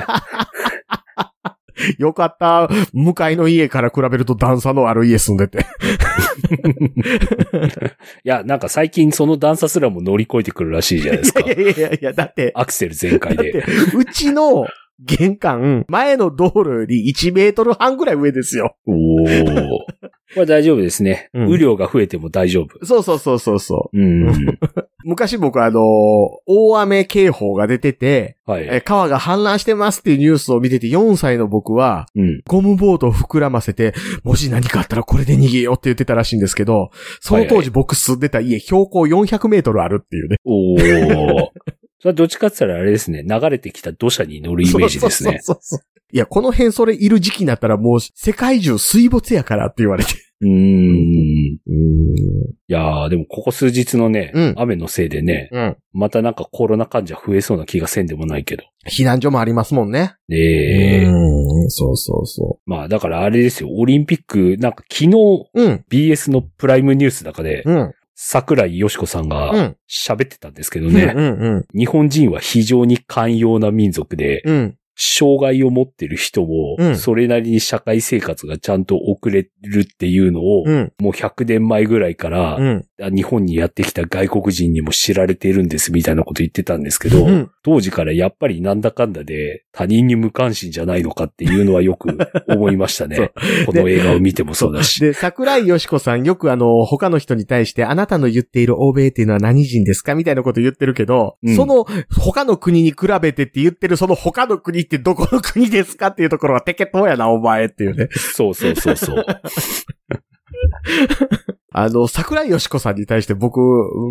ね。
よかった。向かいの家から比べると段差のある家住んでて。。
いや、なんか最近その段差すらも乗り越えてくるらしいじゃないですか
いやいやいや、だって、
アクセル全開
だって
で。、
うちの玄関、前の道路より1メートル半ぐらい上ですよ。
おおー。これは大丈夫ですね。
うん
雨量が増えても大丈夫。
そうそうそうそうそう。
うん。
昔僕あの、大雨警報が出てて、
はい。
え川が氾濫してますっていうニュースを見てて4歳の僕は、
うん。
ゴムボートを膨らませて、もし何かあったらこれで逃げようって言ってたらしいんですけど、その当時僕住んでた家、標高400メートルあるっていうね。
おお。それはどっちかって言ったらあれですね。流れてきた土砂に乗るイメージですね。
そうそうそうそういや、この辺それいる時期になったらもう世界中水没やからって言われて。
うーん。
うん。
いやー、でもここ数日のね、
うん
雨のせいでね、
うん。
またなんかコロナ患者増えそうな気がせんでもないけど。
避難所もありますもんね。
ええ
うん。そうそうそ
まあだからあれですよ、オリンピック、なんか昨日
う。うん。
BS のプライムニュースの中で、
うん。
桜井よしこさん
う
が
ん。
喋ってたんですけどね
う、ん。うん。
日本人は非常に寛容な民族で、
うん。
障害を持ってる人
う
も、
ん
それなりに社会生活がちゃんと遅れるっていうのを、
うん。
もう100年前ぐらいから、
うん。
日本にやってきた外国人にも知られているんですみたいなこと言ってたんですけど、
うん
当時からやっぱりなんだかんだで他人に無関心じゃないのかっていうのは よく思いました
そ
ね
う。
この映画を見てもそうだし。
で、桜井よしこさんよくあの、他の人に対して、あなたの言っている欧米っていうのは何人ですかみたいなこと言ってるけど、
うん
その、他の国に比べてって言ってるその他の国ってどこの国ですかっていうところはテケトやな、お前っていうね。
そうそうそうそう。
あの、桜井よしこさんに対して僕、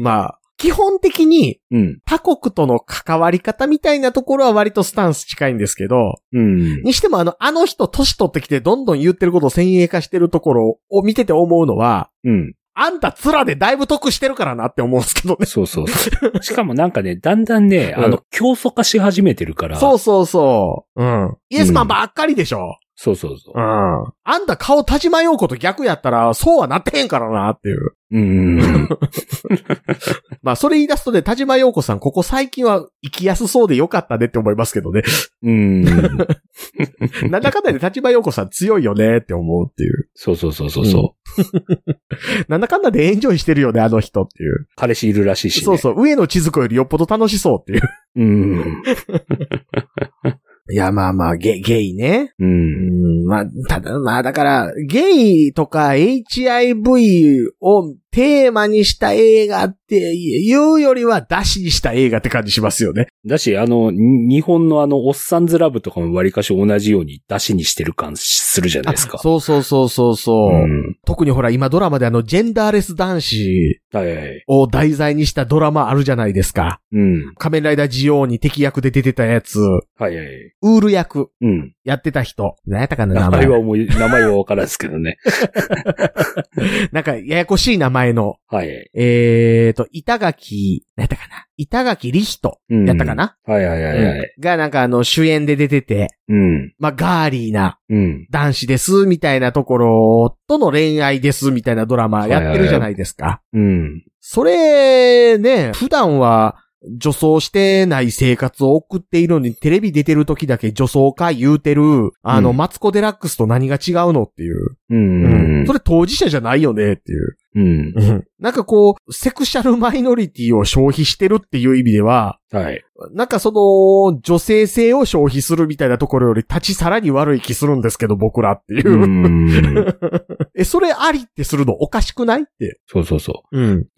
まあ、基本的に
うん。
他国との関わり方みたいなところは割とスタンス近いんですけど、
うん。
にしてもあの、あの人年取ってきてどんどん言ってることを先鋭化してるところを見てて思うのは、
うん。
あんた面でだいぶ得してるからなって思うんですけ どね。
そうそうそう。しかもなんかね、だんだんね、
うん
あの、競争化し始めてるから、
そうそうそう。うん。イエスマンばっかりでしょ。
そうそうそう
う。ん。あんた顔田島陽子と逆やったら、そうはなってへんからなっていう。
うんうんうん。
まあ、それ言い出すとね、田島陽子さん、ここ最近は生きやすそうでよかったねって思いますけど ね。
うん。
なんだかんだで田島陽子さん強いよねって思うっていう。
そうそうそうそう。そう
なんだかんだでエンジョイしてるよね、あの人っていう。
彼氏いるらしいし、ね。
そうそう、上野千鶴子よりよっぽど楽しそうっていう。
う。うん。
いや、まあまあ、ゲゲイね。
う。
うんん、まあ、ただ、まあだから、ゲイとか HIV をテーマにした映画っていうよりは、出しにした映画って感じしますよね。
だし、あの、に日本のあの、おっさんずラブとかも割かし同じように出しにしてる感するじゃないですか。
そうそうそうそうそうう、
ん。
特にほら、今ドラマであの、ジェンダーレス男子
はいはい。
を題材にしたドラマあるじゃないですか。
うん。
仮面ライダージオーに敵役で出てたやつ、
はいはい。
ウール役
うん。
やってた人。何やったかな、名
名前
前。
は思い、名前はわからんですけどね。
なんか、ややこしい名前の。
はいはい。
えーと、板垣、何やったかな。板垣リヒト
うん
やったかな、
はいはいはいはい。
がなんかあの主演で出てて、
うん。
まあガーリーな
うん。
男子ですみたいなところとの恋愛ですみたいなドラマやってるじゃないですか。
うん。
それね、普段は女装してない生活を送っているのにテレビ出てる時だけ女装か言うてる、あの、
うん
マツコデラックスと何が違うのっていう。
うん。うん
そ。れ当事者じゃないよねっていう。
うん。
なんかこう、セクシャルマイノリティを消費してるっていう意味では、
はい。
なんかその、女性性を消費するみたいなところより立ちさらに悪い気するんですけど、僕らっていう。
うん。
え、それありってするのおかしくないって。
そうそうそ
うん。
う。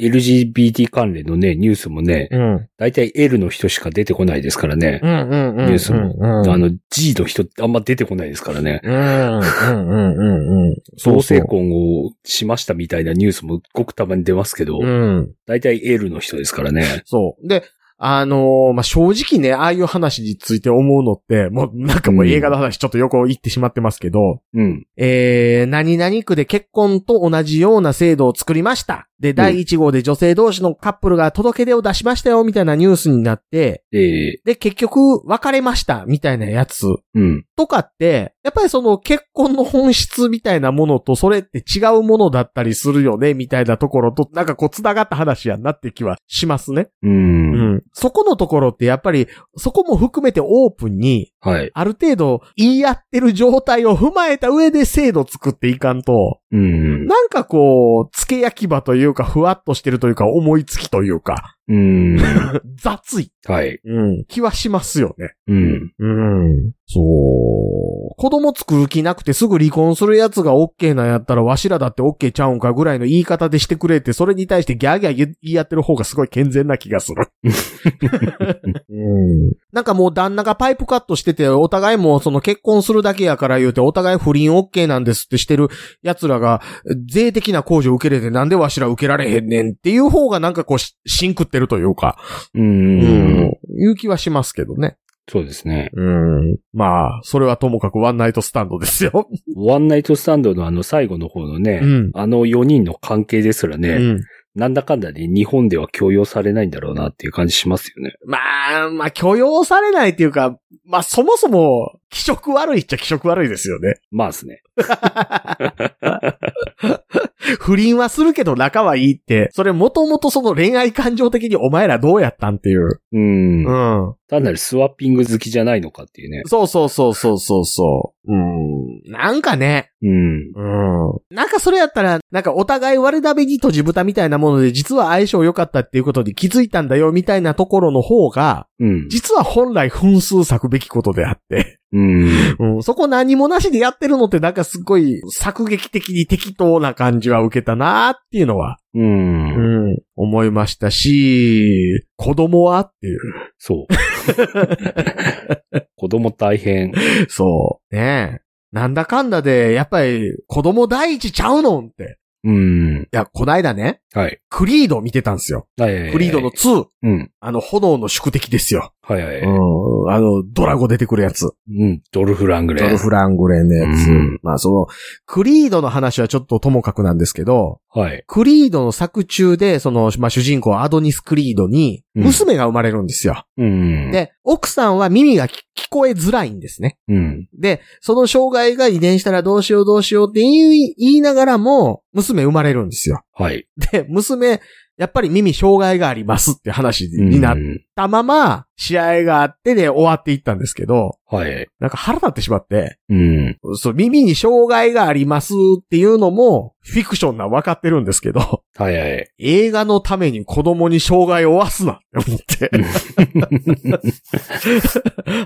LGBT 関連のね、ニュースもね、
うん。うん
大体 L の人しか出てこないですからね。
うんうんうん。
ニュースも
うん。
あの、G の人ってあんま出てこないですからね。
うんうんうんうんうん。
同性婚をしましたみたいなニュースもごくたまに出ますけど、
うん。
大体 L の人ですからね。
そう。で、あのーまあ、正直ね、ああいう話について思うのって、もうなんかもう映画の話ちょっと横行ってしまってますけど、
うん。
えー、何々区で結婚と同じような制度を作りました。で、第1号で女性同士のカップルが届け出を出しましたよ、みたいなニュースになって、
ええ
で、結局、別れました、みたいなやつ
うん。
とかって、やっぱりその結婚の本質みたいなものとそれって違うものだったりするよね、みたいなところと、なんかこう繋がった話やんなって気はしますね。
うん。
うん。そこのところってやっぱり、そこも含めてオープンに、
はい。
ある程度言い合ってる状態を踏まえた上で制度作っていかんと、
うん。
なんかこう、付け焼き場というか、ふわっとしてるというか、思いつきというか、
うん。
雑い、
はい。
気はしますよね。
うん。
うん。そう。子供作る気なくてすぐ離婚するやつが OK なんやったら、わしらだって OK ちゃうんかぐらいの言い方でしてくれて、それに対してギャーギャー言い合ってる方がすごい健全な気がする。うん。なんかもう旦那がパイプカットしてて、お互いもうその結婚するだけやから言うて、お互い不倫 OK なんですってしてる奴らが、税的な控除受けれてなんでわしら受けられへんねんっていう方がなんかこうし、シンクってるというか、
うん。
いう気はしますけどね。
そうですね。
うん。まあ、それはともかくワンナイトスタンドですよ。
ワンナイトスタンドのあの最後の方のね、
うん
あの4人の関係ですらね、
うん。
なんだかんだで日本では強要されないんだろうなっていう感じしますよね。
まあ、まあ、許容されないっていうか、まあ、そもそも、気色悪いっちゃ気色悪いですよね。
まあですね。
不倫はするけど仲はいいって、それもともとその恋愛感情的にお前らどうやったんっていう。
うん。
ん。
単なるスワッピング好きじゃないのかっていうね。
そうそうそうそうそうそう。うん。なんかね。
うん。
うん。なんかそれやったら、なんかお互い悪だめにとじ豚みたいなもので、実は相性良かったっていうことに気づいたんだよみたいなところの方が、
うん。
実は本来分数割くべきことであって。
うん。
うん、そこ何もなしでやってるのってなんかすごい作劇的に適当な感じは受けたなーっていうのは、
うん。
ん、思いましたし、子供はっていう。
そう。子供大変。
そう。ねえ。なんだかんだで、やっぱり子供第一ちゃうのんって。
うん。
いや、こないだね、
はい。
クリード見てたんですよ。
はいはいはい
クリードの2。
うん。
あの、炎の宿敵ですよ。
はいはい。
うん。あの、ドラゴ出てくるやつ。
うん。ドルフ・ラングレ
ドル
ー。
フ・ラングレーのやつ。
うん
まあその、クリードの話はちょっとともかくなんですけど、
はい。
クリードの作中で、その、まあ主人公アドニス・クリードに、
うん
娘が生まれるんですよ。
うん。、
で、奥さんは耳が聞聞こえづらいんですね。
うん。
で、その障害が遺伝したらどうしようどうしようって言い言いながらも、娘生まれるんですよ。
はい。
で、娘、やっぱり耳障害がありますって話になっ
うん
たまま、試合があってで終わっていったんですけど、
はい。
なんか腹立ってしまって、
うん。
そう、耳に障害がありますっていうのも、フィクションな分かってるんですけど、
はいはい。
映画のために子供に障害を負わすなって思って、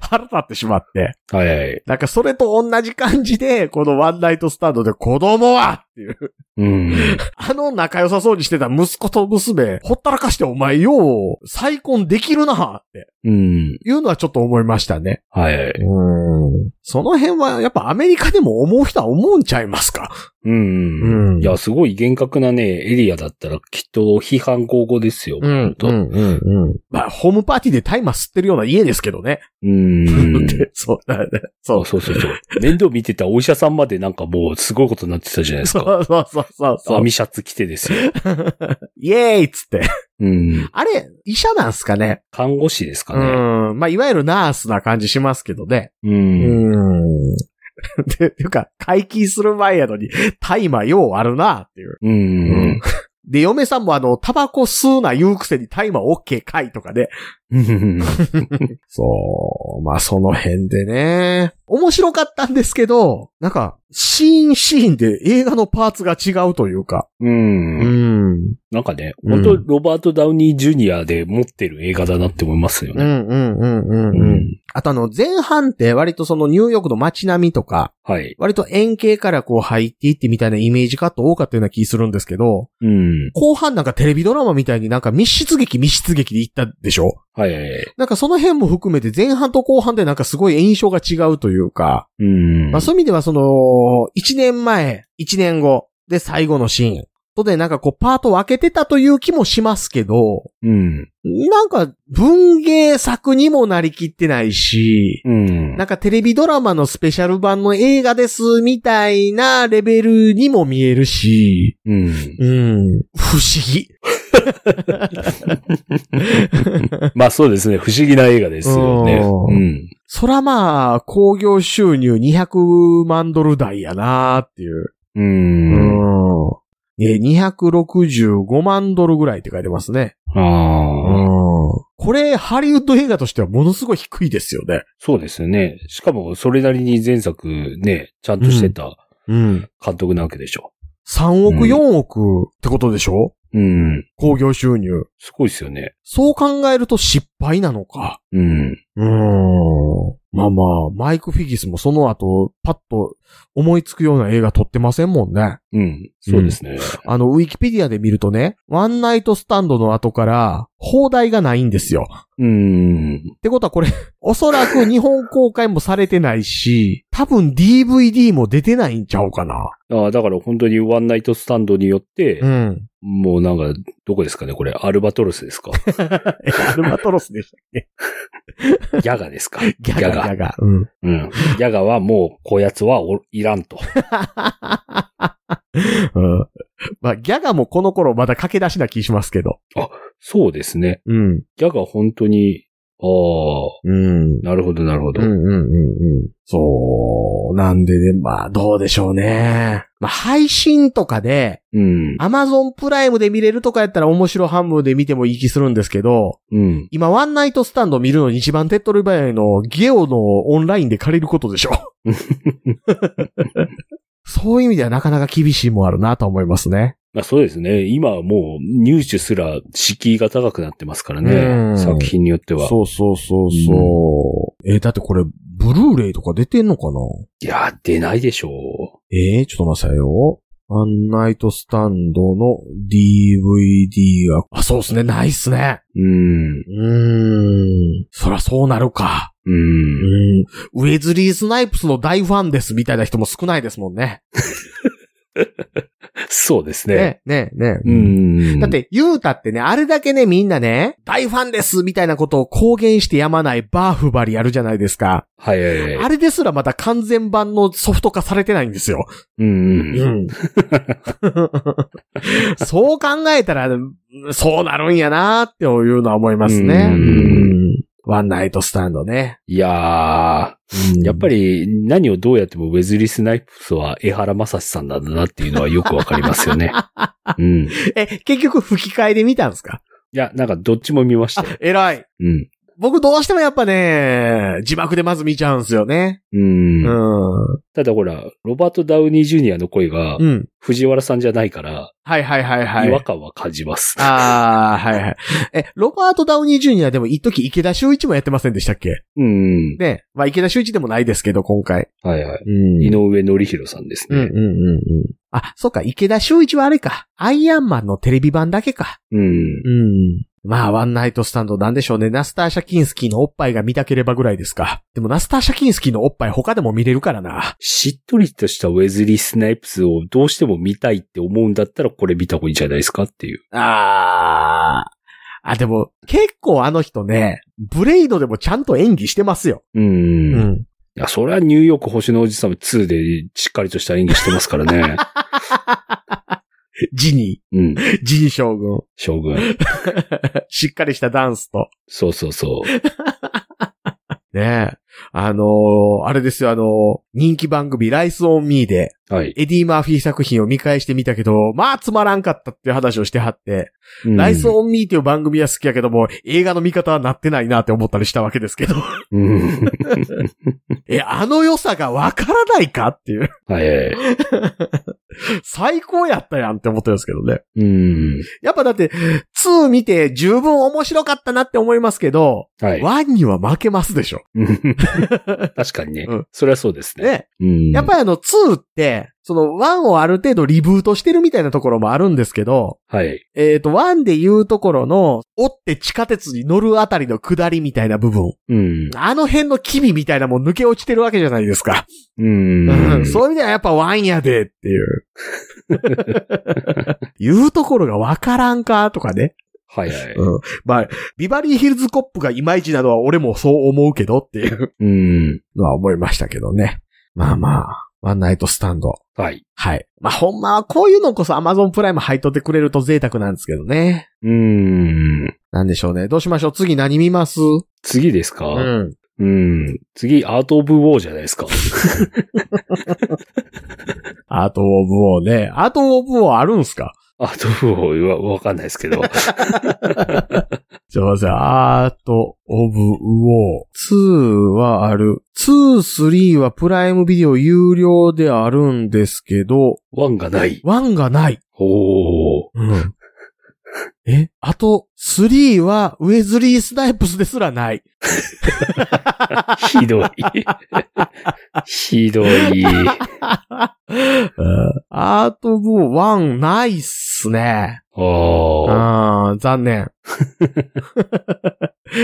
腹立ってしまって、
はいはい。
なんかそれと同じ感じで、このワンナイトスタンドで子供はっていう、
うん。
あの仲良さそうにしてた息子と娘、ほったらかしてお前よう、再婚できるなって
うん。
いうのはちょっと思いましたね。
はいはい。
うん。その辺はやっぱアメリカでも思う人は思うんちゃいますか
うん。
うん
いや、すごい厳格なね、エリアだったらきっと批判合々ですよ。
ん
と
ん、うん。まあ、ホームパーティーで大麻吸ってるような家ですけどね。
うん。
そうだね。
あそうそうそう。面倒見てたお医者さんまでなんかもうすごいことになってたじゃないです
そ
か。
うそうそうそうそ
ア
う。
ミシャツ着てですよ。
イエーイっつって。
うん。
あれ、医者なんすかね
看護師ですか
う
ね。
ん。まあ、いわゆるナースな感じしますけどね。
うん。
ん。 で、ていうか、解禁する前やのに、大麻ようあるなっていう。
う
うん
ん。
で、嫁さんもあの、タバコ吸うな言うくせに大麻 OK かいとかね。
うん。
そう。まあ、その辺でね。面白かったんですけど、なんか、シーンシーンで映画のパーツが違うというか。
うん。
ん。
なんかね、
うん
本当ロバート・ダウニー・ジュニアで持ってる映画だなって思いますよ
う
ね。
んうんうんうん
う
うん。
ん。
あとあの、前半って割とそのニューヨークの街並みとか、
はい。
割と円形からこう入っていってみたいなイメージカット多かったような気するんですけど、
うん。
後半なんかテレビドラマみたいになんか密室劇密室劇で行ったでしょ
はいはいはい。
なんかその辺も含めて前半と後半でなんかすごい印象が違うというか、
うん。
まあそういう意味ではその、1年前、1年後、で最後のシーン。とでなんかこうパートを分けてたという気もしますけど、
うん。
なんか文芸作にもなりきってないし、
うん。
なんかテレビドラマのスペシャル版の映画ですみたいなレベルにも見えるし、
う
う
ん。
ん、不思議。
まあそうですね。不思議な映画ですよね。
う
うん。
そらまあ、興行収入200万ドル台やなーっていう。
う。
うんん。えー、265万ドルぐらいって書いてますね。
ああ。
これ、ハリウッド映画としてはものすごい低いですよね。
そうですよね。しかも、それなりに前作ね、ちゃんとしてた
うん。
監督なわけでしょ。
3億、
うん
4億ってことでしょ
うん。
興行収入。
すごいですよね。
そう考えると失敗なのか。
うん。
うん。まあまあ、マイク・フィギスもその後、パッと思いつくような映画撮ってませんもんね。
うん。そうですね。
あの、ウィキペディアで見るとね、ワンナイトスタンドの後から、放題がないんですよ。
うん。
ってことはこれ、 おそらく日本公開もされてないし、多分 DVD も出てないんちゃうかな。
ああ、だから本当にワンナイトスタンドによって、
ん。
もうなんか、どこですかねこれ、アルバトロス ですか
え、アルバトロスでしたっけ
ギャガですか
ギ
ャガ
ギャガ。うん。
うん。ギャガはもう、こうやつはおいらんと。
うんまあ、ギャガもこの頃まだ駆け出しな気しますけど。
そうですね。
うん。
ギャガ本当に、ああ、
うん。
なるほど、なるほど。
うん。そう。なんでね、まあ、どうでしょうね。まあ、配信とかで、
うん。
Amazon プライムで見れるとかやったら面白半分で見てもいい気するんですけど、
うん。
今、ワンナイトスタンド見るのに一番手っ取り早いの、ゲオのオンラインで借りることでし ょ。そういう意味ではなかなか厳しいもんあるなと思いますね。
まあそうですね。今はもう入手すら敷居が高くなってますから
う
ね。
ん
作品によっては。
うそうそうう。えーだってこれ、ブルーレイとか出てんのかない
や、出ないでしょ
えー、ちょっと待ってくださいよ。ワンナイトスタンドの DVD が、あ、そうっすね、ないっすね。
う。うん。
うーん。そらそうなるか。
うん。
うん。ウェズリー・スナイプスの大ファンですみたいな人も少ないですもんね。
そうですね。
ね、ね、ね。
うん。
だっ、て、ユータってね、あれだけね、みんなね、大ファンですみたいなことを公言してやまないバーフバリやるじゃないですか。
はいはいはい。
あれですらまた完全版のソフト化されてないんですよ。
うんうん。
ん。 そう考えたら、そうなるんやなーっていうのは思いますね。
うん
うんワンナイトスタンドね。
いやー、やっぱり何をどうやってもウェズリー・スナイプスは江原正史さんなんだなっていうのはよくわかります よね。うん。い
え、結局吹き替えで見たんですか
や、なんかどっちも見ました
あ
よ。、
偉い。
うん。
僕どうしてもやっぱね、字幕でまず見ちゃうんすよね。
うん。
うん。う
ただほら、ロバート・ダウニー・ジュニアの声が
ん。
藤原さんじゃないから、
はいはいはいは
違
い
和。感は感じます。
ああ、はいはい。え、ロバート・ダウニー・ジュニアでも一時池田修一もやってませんでしたっけ
うん。
ね。まあ池田修一でもないですけど、今回。
はいはい。
うん
井上則弘さんです
うんうん
ね。
うんうん。あ、そうか、池田修一はあれか。アイアンマンのテレビ版だけか。
うん。
うん。まあ、ワンナイトスタンドなんでしょうね。ナスター・シャキンスキーのおっぱいが見たければぐらいですか。でもナスター・シャキンスキーのおっぱい他でも見れるからな。
しっとりとしたウェズリー・スナイプスをどうしても見たいって思うんだったらこれ見た方がいいんじゃないですかっていう。
あー。あ、でも、結構あの人ね、ブレイドでもちゃんと演技してますよ。
うん。
う
い
ん。
や、それはニューヨーク星のおじさん2でしっかりとした演技してますから ね。
ジニ
うん。
ー、ジニー将軍。
将軍。
しっかりしたダンスと。
そうそうそう。
ねえ。あのーあれですよ、あのー人気番組ライスオンミーで、
はい。
エディ・マーフィー作品を見返してみたけど、まあつまらんかったっていう話をしてはって、
うん
ライス・オン・ミーっていう番組は好きやけども、映画の見方はなってないなって思ったりしたわけですけ ど、
うん。
え、あの良さがわからないかっていう、
はいはい。
最高やったやんって思ったんですけどね。
うん。
やっぱだって、2見て十分面白かったなって思いますけど、
はい。
1には負けますでしょ。
うん 確かにね
うん。
それはそうですね。
ね。
うん。
やっぱりあの2って、その1をある程度リブートしてるみたいなところもあるんですけど、
はい。
えっ、と、ワンで言うところの、折って地下鉄に乗るあたりの下りみたいな部分。
うん。
あの辺の機微みたいなもん抜け落ちてるわけじゃないですか。
う ん。
そういう意味ではやっぱワンやでっていう。 言うところがわからんかとかね。
はいはい。
うん。まあ、ビバリーヒルズコップがいまいちなのは俺もそう思うけどっていう
うん。
のは思いましたけどね。まあまあ、ワンナイトスタンド。
はい。
はい。まあほんまはこういうのこそ Amazon プライム入っとってくれると贅沢なんですけどね。
うん。
なんでしょうね。どうしましょう次何見ます
次ですか
うん。
うん。次、アート・オブ・ウォーじゃないですか。
アート・オブ・ウォーね。アート・オブ・ウォーあるんすか
アート・オブ・ウォーはわかんないですけど。
すいません。アート・オブ・ウォー。2はある。2、3はプライムビデオ有料であるんですけど、
ワンがない。
1がない。
おー。
うん。えあと、3はウェズリー・スナイプスですらない。
ひどい。 ひどい。
うんアート・オブ・ウォー1ないっすね。
ああ。
ああ、残 念。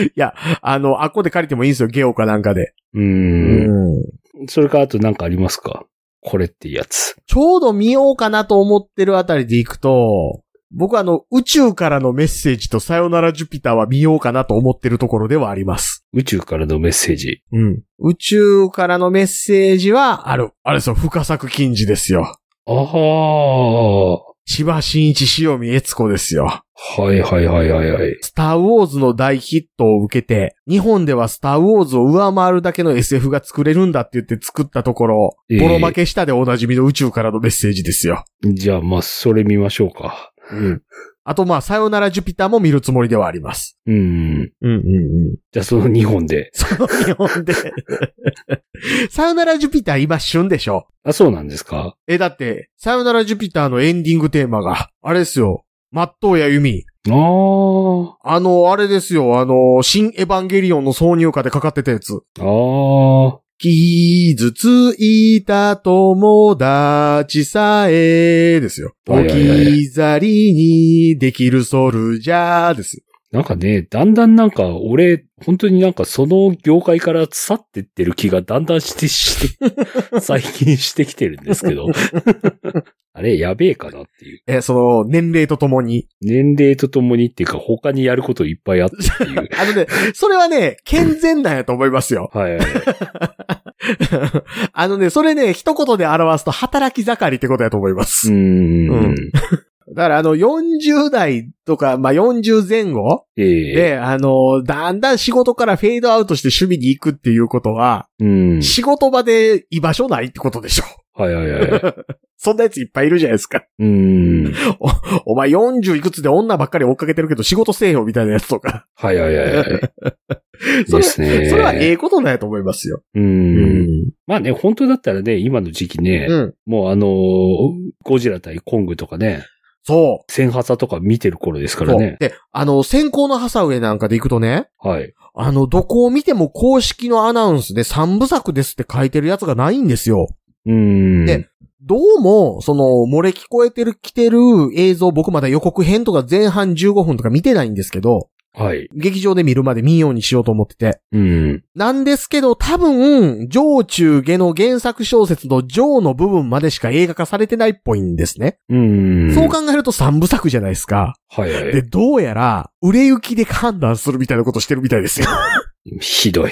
いや、あの、あっこで借りてもいいんですよ、ゲオかなんかで。
う。
うん
それか、あとなんかありますかこれってやつ。
ちょうど見ようかなと思ってるあたりで行くと、僕はあの、宇宙からのメッセージとさよならジュピターは見ようかなと思ってるところではあります。
宇宙からのメッセージ。
うん。宇宙からのメッセージは、ある。あれですよ、深作禁止ですよ。
ああ。は
千葉真一塩見悦子ですよ。
いはいはいはいはい。
スターウォーズの大ヒットを受けて、日本ではスターウォーズを上回るだけの SF が作れるんだって言って作ったところ、
ええ
ボロ負けしたでおなじみの宇宙からのメッセージですよ。
じゃあ、まあ、それ見ましょうか。
あとまあ、さよならジュピターも見るつもりではあります。
うん。
うんうんうん。
じゃあ、その2本で。
その日本で。さよならジュピター今旬でしょ。
あ、そうなんですか
え、だって、さよならジュピターのエンディングテーマが、あれですよ。マットーやユミ。
ああ。
あの、あれですよ。あの、新エヴァンゲリオンの挿入歌でかかってたやつ。
ああ。
傷ついた友達さえですよ。
は
置
いはいはい
き去りにできるソルジャーです。
なんかね、だんだんなんか、俺、本当になんかその業界から去ってってる気がだんだんして、して、最近してきてるんですけど。あれ、やべえかなっていう。
え、その、年齢とともに。。
年齢とともにっていうか、他にやることいっぱいあったっていう
あのね、それはね、健全なんやと思いますよ。
はいはいはい。
あのね、それね、一言で表すと、働き盛りってことやと思います。
うーん。
だから、あの、40代とか、まあ、40前後
ええ。
で、あの、だんだん仕事からフェードアウトして趣味に行くっていうことは、
うん。
仕事場で居場所ないってことでしょ。
はいはいはいはい。
そんなやついっぱいいるじゃないですか。
うーん。
お前40いくつで女ばっかり追っかけてるけど仕事せえよみたいなやつとか。
はいはいはいはい。
そ
で
れ
すね。
それはええことなんやと思いますよ。
う。。
うん
まあね、本当だったらね、今の時期ね、
うん。
もうあのーゴジラ対コングとかね、
そう。
千ハサとか見てる頃ですから
そう
ね。
で、あの、先行のハサウェイなんかで行くとね、
はい。
あの、どこを見ても公式のアナウンスで三部作ですって書いてるやつがないんですよ。
うーん。
でどうも、その、漏れ聞こえてる、来てる映像、僕まだ予告編とか前半15分とか見てないんですけど、
はい。
劇場で見るまで見ようにしようと思ってて。
うん。
なんですけど、多分、上中下の原作小説の上の部分までしか映画化されてないっぽいんですね。
うん。
そう考えると三部作じゃないですか。
はいは
で、どうやら、売れ行きで判断するみたいなことしてるみたいですよ。
い。ひどい。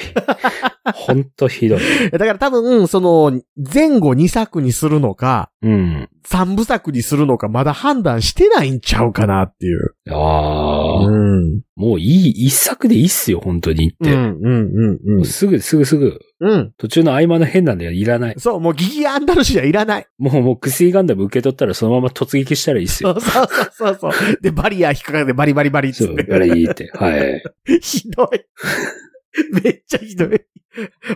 ほんとひどい。
だから多分、その、前後2作にするのか、
うん。
三部作にするのか、まだ判断してないんちゃうかなっていう。
ああ、
ん。
もういい、一作でいいっすよ、本当にっ
うん、う
て。
ん、うん、うん。
すぐ、すぐ、すぐ。
うん。
途中の合間の変なのいらない。
そう、もうギギアンダルシアいらない。
もう、もう、薬ガンダム受け取ったらそのまま突撃したらいいっす
そ
よ。
うそうそうそう。で、バリア引っかかってバリバリバリっつ
そ
っ
う
て、。
あれいいって。はい。
ひどい。めっちゃひどい。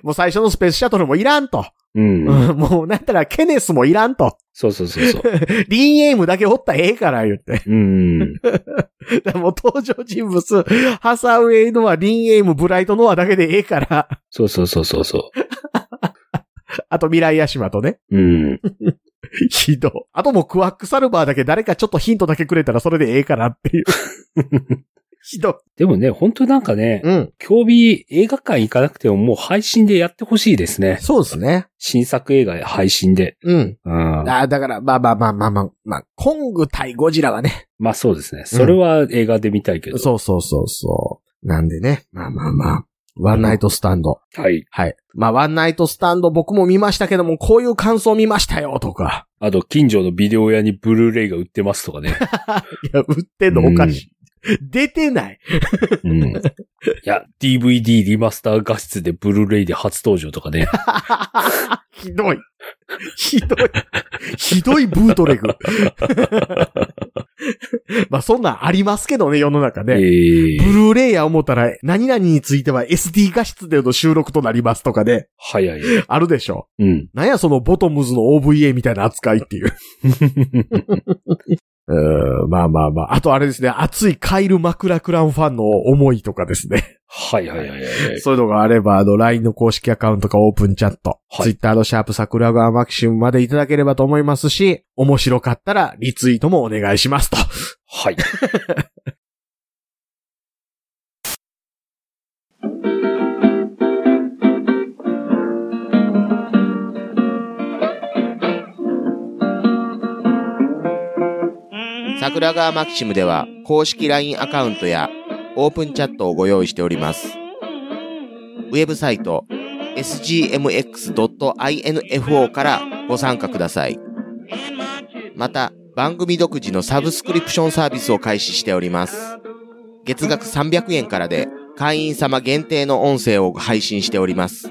もう最初のスペースシャトルもいらんと。
うん。
うんもうなんやったらケネスもいらんと。
そうそうそうそう。
リンエイムだけおったらええから言って。
うん。
だからもう登場人物、ハサウェイのはリンエイム、ブライトノアだけでええから。
そうそうそうそうそ
あとミライアシマとね。
う。うん。
ひどい。あともうクワックサルバーだけ誰かちょっとヒントだけくれたらそれでええからっていう。ひどい。
でもね、本当なんかね、
うん。
競技映画館行かなくてももう配信でやってほしいですね。
そうですね。
新作映画配信で。
うん。
うん。
あだから、まあまあまあまあまあ、まあ、コング対ゴジラはね。
まあそうですね。それは映画で見たいけど。
そうそうそうそう。なんでね。まあまあまあ。ワンナイトスタンド。
はい。
はい。まあ、ワンナイトスタンド僕も見ましたけども、こういう感想見ましたよとか。
あと、近所のビデオ屋にブルーレイが売ってますとかね。
いや、売ってん のおかしい。出てない。
うん。いや、DVD リマスター画質でブルーレイで初登場とかね。
ひどい。ひどい。ひどいブートレグ。 まあ、そんなんありますけどね、世の中ね。
ええ
ブルーレイや思ったら、何々については SD 画質での収録となりますとかね。
早い。
あるでしょ。
うん。
なんやそのボトムズの OVA みたいな扱いっていう。うん、まあまあまあ。あとあれですね、熱いカイル・マクラクランファンの思いとかですね。
はいはいは いはいはい。
そういうのがあれば、あの、LINE の公式アカウントかオープンチャット、
はい
Twitter のシャープ桜川マキシムまでいただければと思いますし、面白かったらリツイートもお願いしますと。
はい。
桜川マキシムでは公式 LINE アカウントやオープンチャットをご用意しております。ウェブサイト sgmx.info からご参加ください。また、番組独自のサブスクリプションサービスを開始しております。月額300円からで会員様限定の音声を配信しております。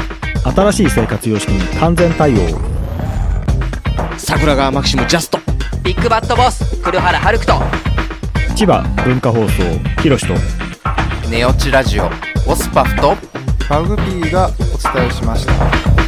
新しい生活様式に完全対応
桜川マキシムジャスト
ビッグバットボス黒原遥人
千葉文化放送ひろしと
ネオチラジオオスパフと
マグピーがお伝えしました